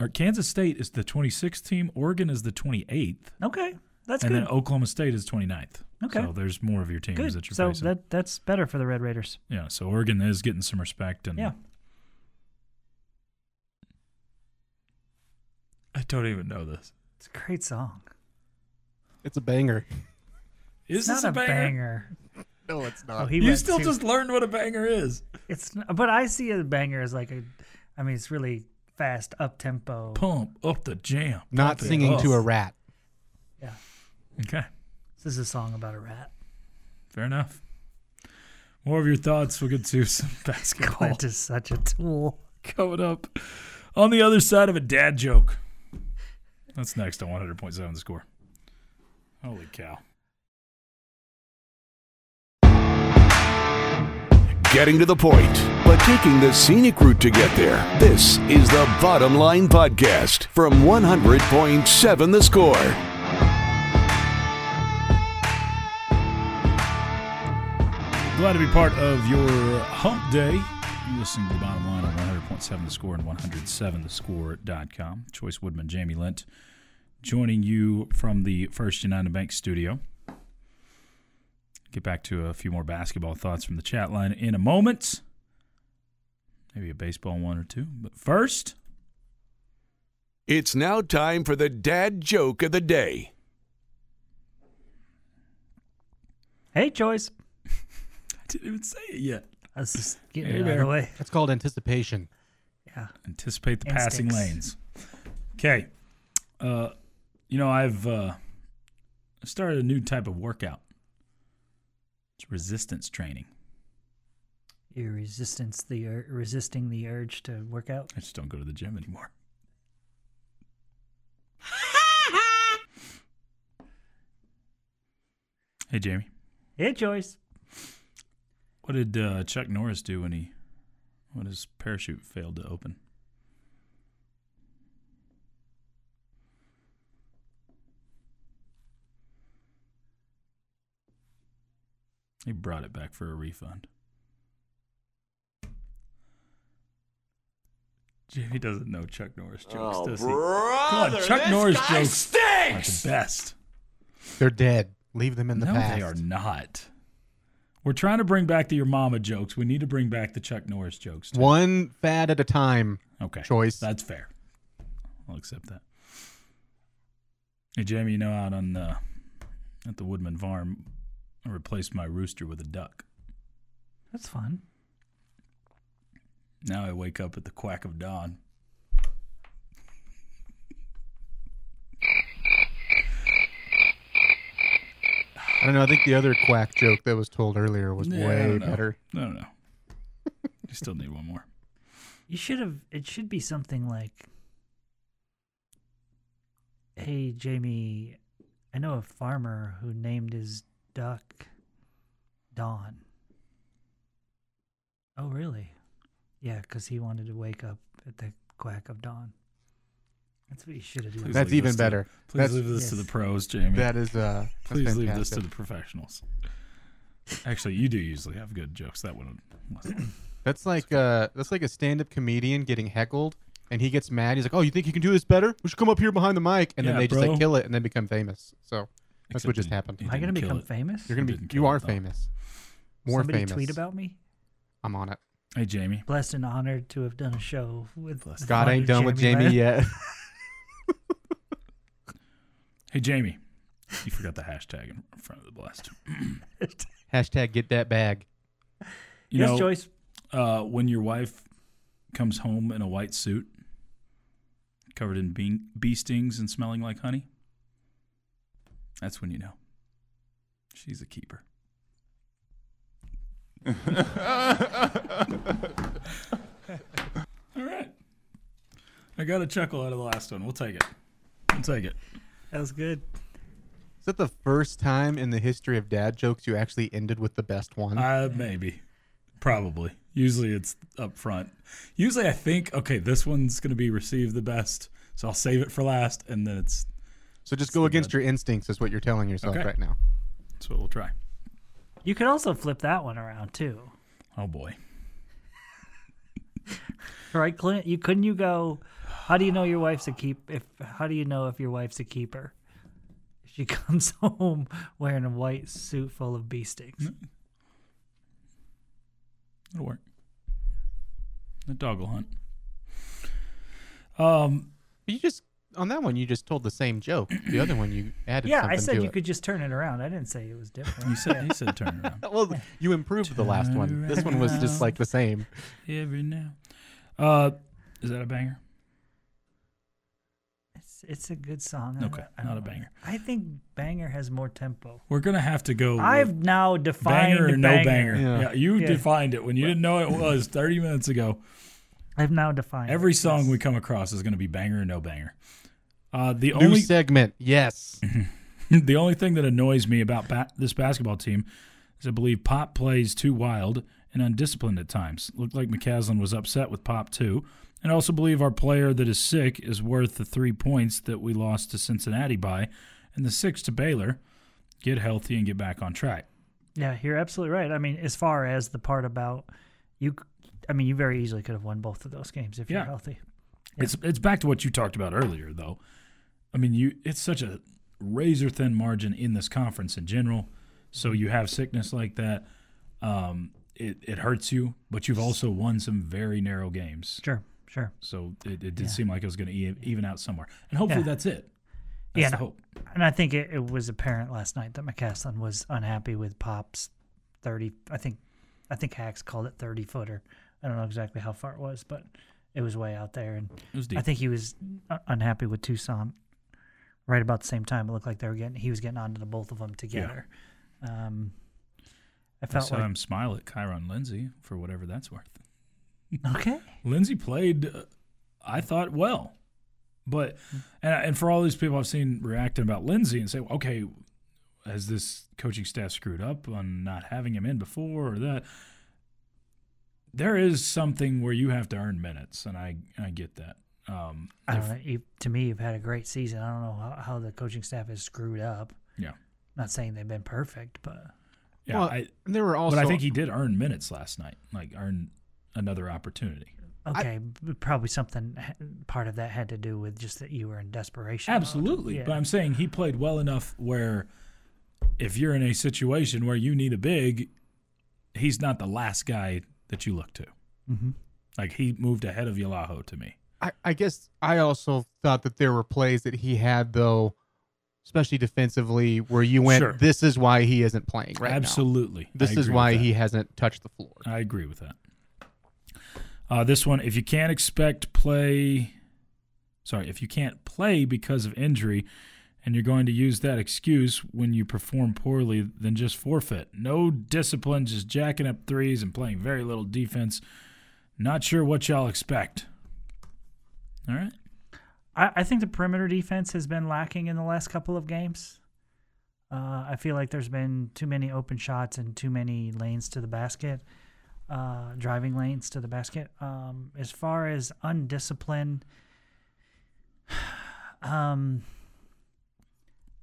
Speaker 3: or Kansas State is the twenty sixth team. Oregon is the twenty eighth.
Speaker 7: Okay, that's
Speaker 3: and
Speaker 7: good.
Speaker 3: then Oklahoma State is 29th.
Speaker 7: Okay.
Speaker 3: So there's more of your teams
Speaker 7: good.
Speaker 3: that you're
Speaker 7: so
Speaker 3: facing.
Speaker 7: that that's better for the Red Raiders.
Speaker 3: yeah, so Oregon is getting some respect and
Speaker 7: Yeah.
Speaker 3: I don't even know this.
Speaker 7: It's a great song.
Speaker 6: It's a banger.
Speaker 3: Is
Speaker 7: It's not
Speaker 3: this a
Speaker 7: a
Speaker 3: banger?
Speaker 7: banger.
Speaker 6: No, it's not.
Speaker 7: Oh, he
Speaker 3: You
Speaker 7: went
Speaker 3: still
Speaker 7: too-
Speaker 3: just learned what a banger is.
Speaker 7: It's n- but I see a banger as like a, I mean, it's really fast up tempo.
Speaker 3: Pump up the jam.
Speaker 6: not
Speaker 3: Pump it
Speaker 6: singing
Speaker 3: up.
Speaker 6: to a rat.
Speaker 7: Yeah,
Speaker 3: Okay,
Speaker 7: this is a song about a rat.
Speaker 3: fair enough. More of your thoughts. We'll get to [LAUGHS] some basketball
Speaker 7: Clint is such a tool.
Speaker 3: [LAUGHS] coming up on the other side of a dad joke. That's next on 100.7 the score. Holy cow.
Speaker 2: Getting to the point, but taking the scenic route to get there. This is the Bottom Line Podcast from 100.7 The Score.
Speaker 3: Glad to be part of your hump day. You listening to the bottom line on 100.7 the score and 107thescore.com. Choice Woodman, Jamie Lent, joining you from the First United Bank studio. Get back to a few more basketball thoughts from the chat line in a moment. Maybe a baseball one or two. But first, [LAUGHS]
Speaker 2: It's now time for the dad joke of the day.
Speaker 7: Hey, choice.
Speaker 3: I didn't even say it yet.
Speaker 7: I was just getting
Speaker 3: Hey
Speaker 7: it out of
Speaker 3: there.
Speaker 7: the way.
Speaker 6: It's called anticipation.
Speaker 7: Yeah.
Speaker 3: Anticipate the passing lanes.
Speaker 7: Instincts.
Speaker 3: Okay. Uh, you know, I've uh, started a new type of workout. It's resistance training.
Speaker 7: Your resistance, the ur- resisting the urge to work out.
Speaker 3: I just don't go to the gym anymore. hey, Jamie.
Speaker 7: Hey, choice.
Speaker 3: What did uh, Chuck Norris do when he, when his parachute failed to open? He brought it back for a refund. Jamie doesn't know Chuck Norris jokes, does he? Come on, Chuck Norris jokes are the best.
Speaker 6: They're dead. Leave them in the
Speaker 3: no,
Speaker 6: past.
Speaker 3: they are not. We're trying to bring back the your mama jokes. We need to bring back the Chuck Norris jokes. Too.
Speaker 6: One fad at a time.
Speaker 3: Okay.
Speaker 6: choice.
Speaker 3: That's fair. I'll accept that. Hey, Jamie, you know, out on the at the Woodman Farm, I replaced my rooster with a duck.
Speaker 7: That's fun.
Speaker 3: Now I wake up at the quack of dawn.
Speaker 6: I don't know. I think the other quack joke that was told earlier was
Speaker 3: Yeah, I
Speaker 6: way
Speaker 3: don't know.
Speaker 6: better.
Speaker 3: I don't know. You still need one more.
Speaker 7: You should have. It should be something like, "Hey, Jamie, I know a farmer who named his duck Don." Oh, really? Yeah, because he wanted to wake up at the quack of dawn. That's what you should have done.
Speaker 3: Please
Speaker 6: That's
Speaker 3: leave
Speaker 6: even
Speaker 3: this to-
Speaker 6: better.
Speaker 3: Please
Speaker 6: That's-
Speaker 3: leave this to the
Speaker 7: Yes.
Speaker 3: pros, Jamie.
Speaker 6: That is uh. that's
Speaker 3: Please leave this to
Speaker 6: fantastic.
Speaker 3: the professionals. Actually, you do usually have good jokes. That one wasn't.
Speaker 6: That's like uh. That's like a stand-up comedian getting heckled, and he gets mad. He's like, "Oh, you think you can do this better? We should come up here behind the mic." And
Speaker 3: Yeah,
Speaker 6: then they just
Speaker 3: bro.
Speaker 6: like kill it, and then become famous. So that's what
Speaker 3: Except
Speaker 6: just
Speaker 3: he-
Speaker 6: happened.
Speaker 3: he
Speaker 7: Am I gonna
Speaker 3: didn't kill
Speaker 7: become
Speaker 3: it.
Speaker 7: famous?
Speaker 6: You're gonna be.
Speaker 3: didn't kill
Speaker 6: You
Speaker 3: it,
Speaker 6: are
Speaker 3: though.
Speaker 6: famous. More
Speaker 7: Somebody
Speaker 6: famous.
Speaker 7: tweet about me.
Speaker 6: I'm on it.
Speaker 3: Hey, Jamie.
Speaker 7: Blessed and honored to have done a show with with
Speaker 6: God ain't
Speaker 7: honored
Speaker 6: done with Jamie
Speaker 7: Lair.
Speaker 6: yet.
Speaker 3: Hey, Jamie. You forgot the hashtag in front of the blast.
Speaker 6: Hashtag get that bag.
Speaker 3: You
Speaker 7: yes,
Speaker 3: know,
Speaker 7: Joyce.
Speaker 3: Uh, when your wife comes home in a white suit, covered in bee, bee stings and smelling like honey, that's when you know she's a keeper. All right. I got a chuckle out of the last one. We'll take it. We'll take it.
Speaker 7: That was good.
Speaker 6: Is that the first time in the history of dad jokes you actually ended with the best one?
Speaker 3: Uh, maybe. Probably. Usually it's up front. Usually I think, okay, this one's going to be received the best, so I'll save it for last, and then it's
Speaker 6: so just go against your instincts is what you're telling yourself
Speaker 3: Okay.
Speaker 6: right now.
Speaker 3: that's what we'll try.
Speaker 7: You could also flip that one around too,
Speaker 3: Oh boy.
Speaker 7: right, Clint? You couldn't you go? How do you know your wife's a keep? If how do you know if your wife's a keeper? If she [LAUGHS] comes home wearing a white suit full of bee stings.
Speaker 3: Mm-hmm. It'll work. The dog will hunt. Um,
Speaker 6: But you just on that one you just told the same joke. The other one you added
Speaker 7: Yeah,
Speaker 6: something
Speaker 7: I said
Speaker 6: to
Speaker 7: you
Speaker 6: it.
Speaker 7: could just turn it around. I didn't say it was
Speaker 3: you
Speaker 7: different.
Speaker 3: said he said turn around
Speaker 6: [LAUGHS] Well, you improved the last one. This one was just like the same.
Speaker 3: [LAUGHS] every now. Uh, is that a banger?
Speaker 7: it's, it's a good song. I don't-
Speaker 3: Okay,
Speaker 7: I
Speaker 3: not
Speaker 7: don't-
Speaker 3: a banger.
Speaker 7: I think banger has more tempo.
Speaker 3: We're gonna have to go. with
Speaker 7: I've now defined
Speaker 3: banger or no banger.
Speaker 6: Yeah.
Speaker 3: Yeah, you
Speaker 7: Yeah.
Speaker 3: defined it when you didn't know what it was 30 minutes ago.
Speaker 7: I've now defined
Speaker 3: Every
Speaker 7: it,
Speaker 3: song
Speaker 7: yes.
Speaker 3: we come across is going to be banger or no banger. Uh, the
Speaker 6: New
Speaker 3: only
Speaker 6: segment. Yes.
Speaker 3: [LAUGHS] the only thing that annoys me about ba- this basketball team is I believe Pop plays too wild and undisciplined at times. Looked like McCaslin was upset with Pop too. And I also believe our player that is sick is worth the three points that we lost to Cincinnati by, and the six to Baylor. Get healthy and get back on track.
Speaker 7: Yeah, you're absolutely right. I mean, as far as the part about you, c- I mean, you very easily could have won both of those games if
Speaker 3: Yeah.
Speaker 7: you're healthy.
Speaker 3: It's it's back to what you talked about earlier, though. I mean, you it's such a razor thin margin in this conference in general. So you have sickness like that, um, it it hurts you, but you've also won some very narrow games.
Speaker 7: Sure, sure.
Speaker 3: So it, it did seem like it was going to even out somewhere, and hopefully
Speaker 7: Yeah.
Speaker 3: that's it. That's
Speaker 7: Yeah,
Speaker 3: the
Speaker 7: no.
Speaker 3: hope.
Speaker 7: And I think it, it was apparent last night that McCaslin was unhappy with Pop's thirty. I think, I think Hacks called it thirty footer. I don't know exactly how far it was, but it was way out there, and
Speaker 3: It was deep.
Speaker 7: I think he was u- unhappy with Tucson. Right about the same time, it looked like they were getting he was getting onto the both of them together. Um, I
Speaker 3: I
Speaker 7: felt
Speaker 3: saw
Speaker 7: like
Speaker 3: him smile at Kyron Lindsey for whatever that's worth. um,
Speaker 7: okay.
Speaker 3: Lindsay played, uh, I thought, well. But and and for all these people I've seen reacting about Lindsay and say, okay, has this coaching staff screwed up on not having him in before or that? There is something where you have to earn minutes, and I I get that. Um,
Speaker 7: I don't know. You, to me, you've had a great season. I don't know how, how the coaching staff is screwed up.
Speaker 3: yeah,
Speaker 7: not saying they've been perfect, but
Speaker 3: [CLEARS THROAT] yeah.
Speaker 6: Well,
Speaker 3: I,
Speaker 6: there were also
Speaker 3: but I think he did earn minutes last night, like earn another opportunity.
Speaker 7: okay, b- probably something ha- part of that had to do with just that you were in desperation. mode.
Speaker 3: Absolutely.
Speaker 7: Yeah.
Speaker 3: But I'm saying he played well enough where if you're in a situation where you need a big, he's not the last guy that you look to.
Speaker 6: Mm-hmm.
Speaker 3: Like he moved ahead of Yalaho to me.
Speaker 6: I, I guess I also thought that there were plays that he had though, especially defensively, where you went,
Speaker 3: Sure.
Speaker 6: "This is why he isn't playing right now.
Speaker 3: Absolutely. I
Speaker 6: This is
Speaker 3: agree
Speaker 6: why
Speaker 3: with that.
Speaker 6: he hasn't touched the floor."
Speaker 3: I agree with that. Uh, this one, if you can't expect play, sorry, if you can't play because of injury, and you're going to use that excuse when you perform poorly, then just forfeit. No discipline, just jacking up threes and playing very little defense. Not sure what y'all expect. All right.
Speaker 7: I, I think the perimeter defense has been lacking in the last couple of games. Uh, I feel like there's been too many open shots and too many lanes to the basket, uh, driving lanes to the basket. Um, as far as undisciplined, [SIGHS] um,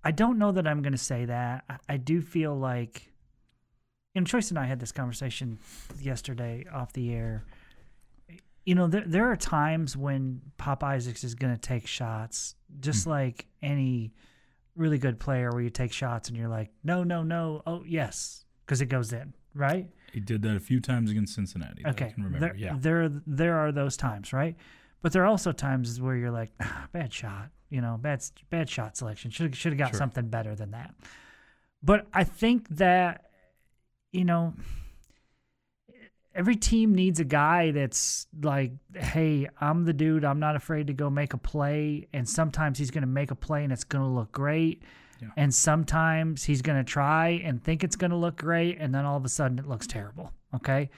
Speaker 7: I don't know that I'm going to say that. I, I do feel like, and Choice and I had this conversation yesterday off the air you know, there there are times when Pop Isaacs is going to take shots, just like any really good player, where you take shots and you're like, no, no, no, oh yes, because it goes in, right?
Speaker 3: He did that a few times against Cincinnati. that I
Speaker 7: Okay.
Speaker 3: can remember.
Speaker 7: There,
Speaker 3: yeah.
Speaker 7: there there are those times, right? But there are also times where you're like, "Ah, bad shot, you know, bad s- bad shot selection. Should should have got something better than that. But I think that you know every team needs a guy that's like, hey, I'm the dude. I'm not afraid to go make a play. And sometimes he's going to make a play and it's going to look great. And sometimes he's going to try and think it's going to look great. And then all of a sudden it looks terrible. Okay.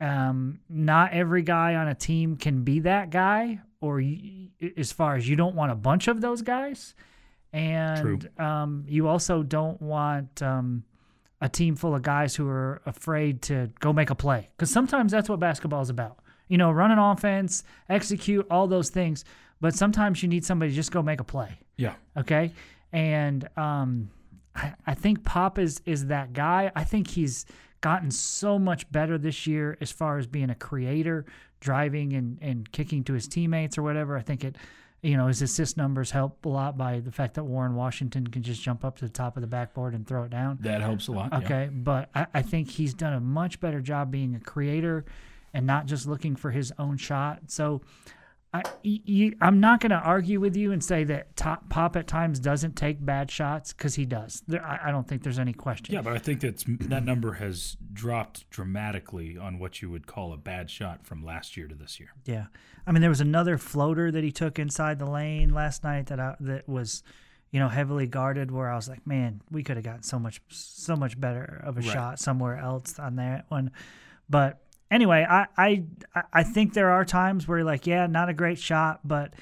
Speaker 7: Um, not every guy on a team can be that guy, or y- as far as you don't want a bunch of those guys. And um, you also don't want. Um, a team full of guys who are afraid to go make a play because sometimes that's what basketball is about. You know, run an offense, execute all those things, but sometimes you need somebody to just go make a play.
Speaker 3: Yeah.
Speaker 7: Okay, and um, I, I think Pop is is that guy. I think he's gotten so much better this year as far as being a creator, driving and and kicking to his teammates or whatever. I think it. You know, his assist numbers help a lot by the fact that Warren Washington can just jump up to the top of the backboard and throw it down.
Speaker 3: That helps a lot. yeah.
Speaker 7: Okay, but I, I think he's done a much better job being a creator and not just looking for his own shot. So I, y- you, I'm not going to argue with you and say that top, Pop at times doesn't take bad shots because he does. There, I, I don't think there's any question.
Speaker 3: Yeah, but I think that's that number has dropped dramatically on what you would call a bad shot from last year to this year.
Speaker 7: Yeah, I mean there was another floater that he took inside the lane last night that I, that was, you know, heavily guarded. Where I was like, man, we could have gotten so much so much better of a shot somewhere else on that one. But anyway, I I I think there are times where you're like, yeah, not a great shot, but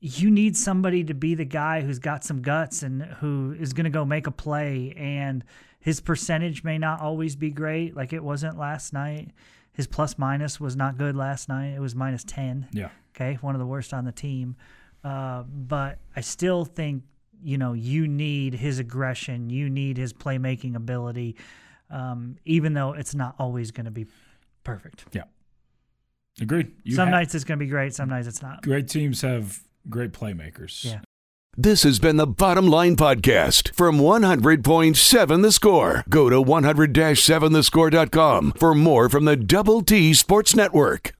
Speaker 7: you need somebody to be the guy who's got some guts and who is going to go make a play and his percentage may not always be great like it wasn't last night his plus minus was not good last night it was minus 10
Speaker 3: Yeah.
Speaker 7: okay one of the worst on the team uh, but i still think you know you need his aggression you need his playmaking ability um, even though it's not always going to be perfect
Speaker 3: Yeah. Agreed. You
Speaker 7: some
Speaker 3: ha-
Speaker 7: nights it's going to be great some nights it's not
Speaker 3: great teams have great playmakers.
Speaker 7: Yeah.
Speaker 2: This has been the Bottom Line Podcast from 100.7 The Score. Go to 100-7thescore.com for more from the Double T Sports Network.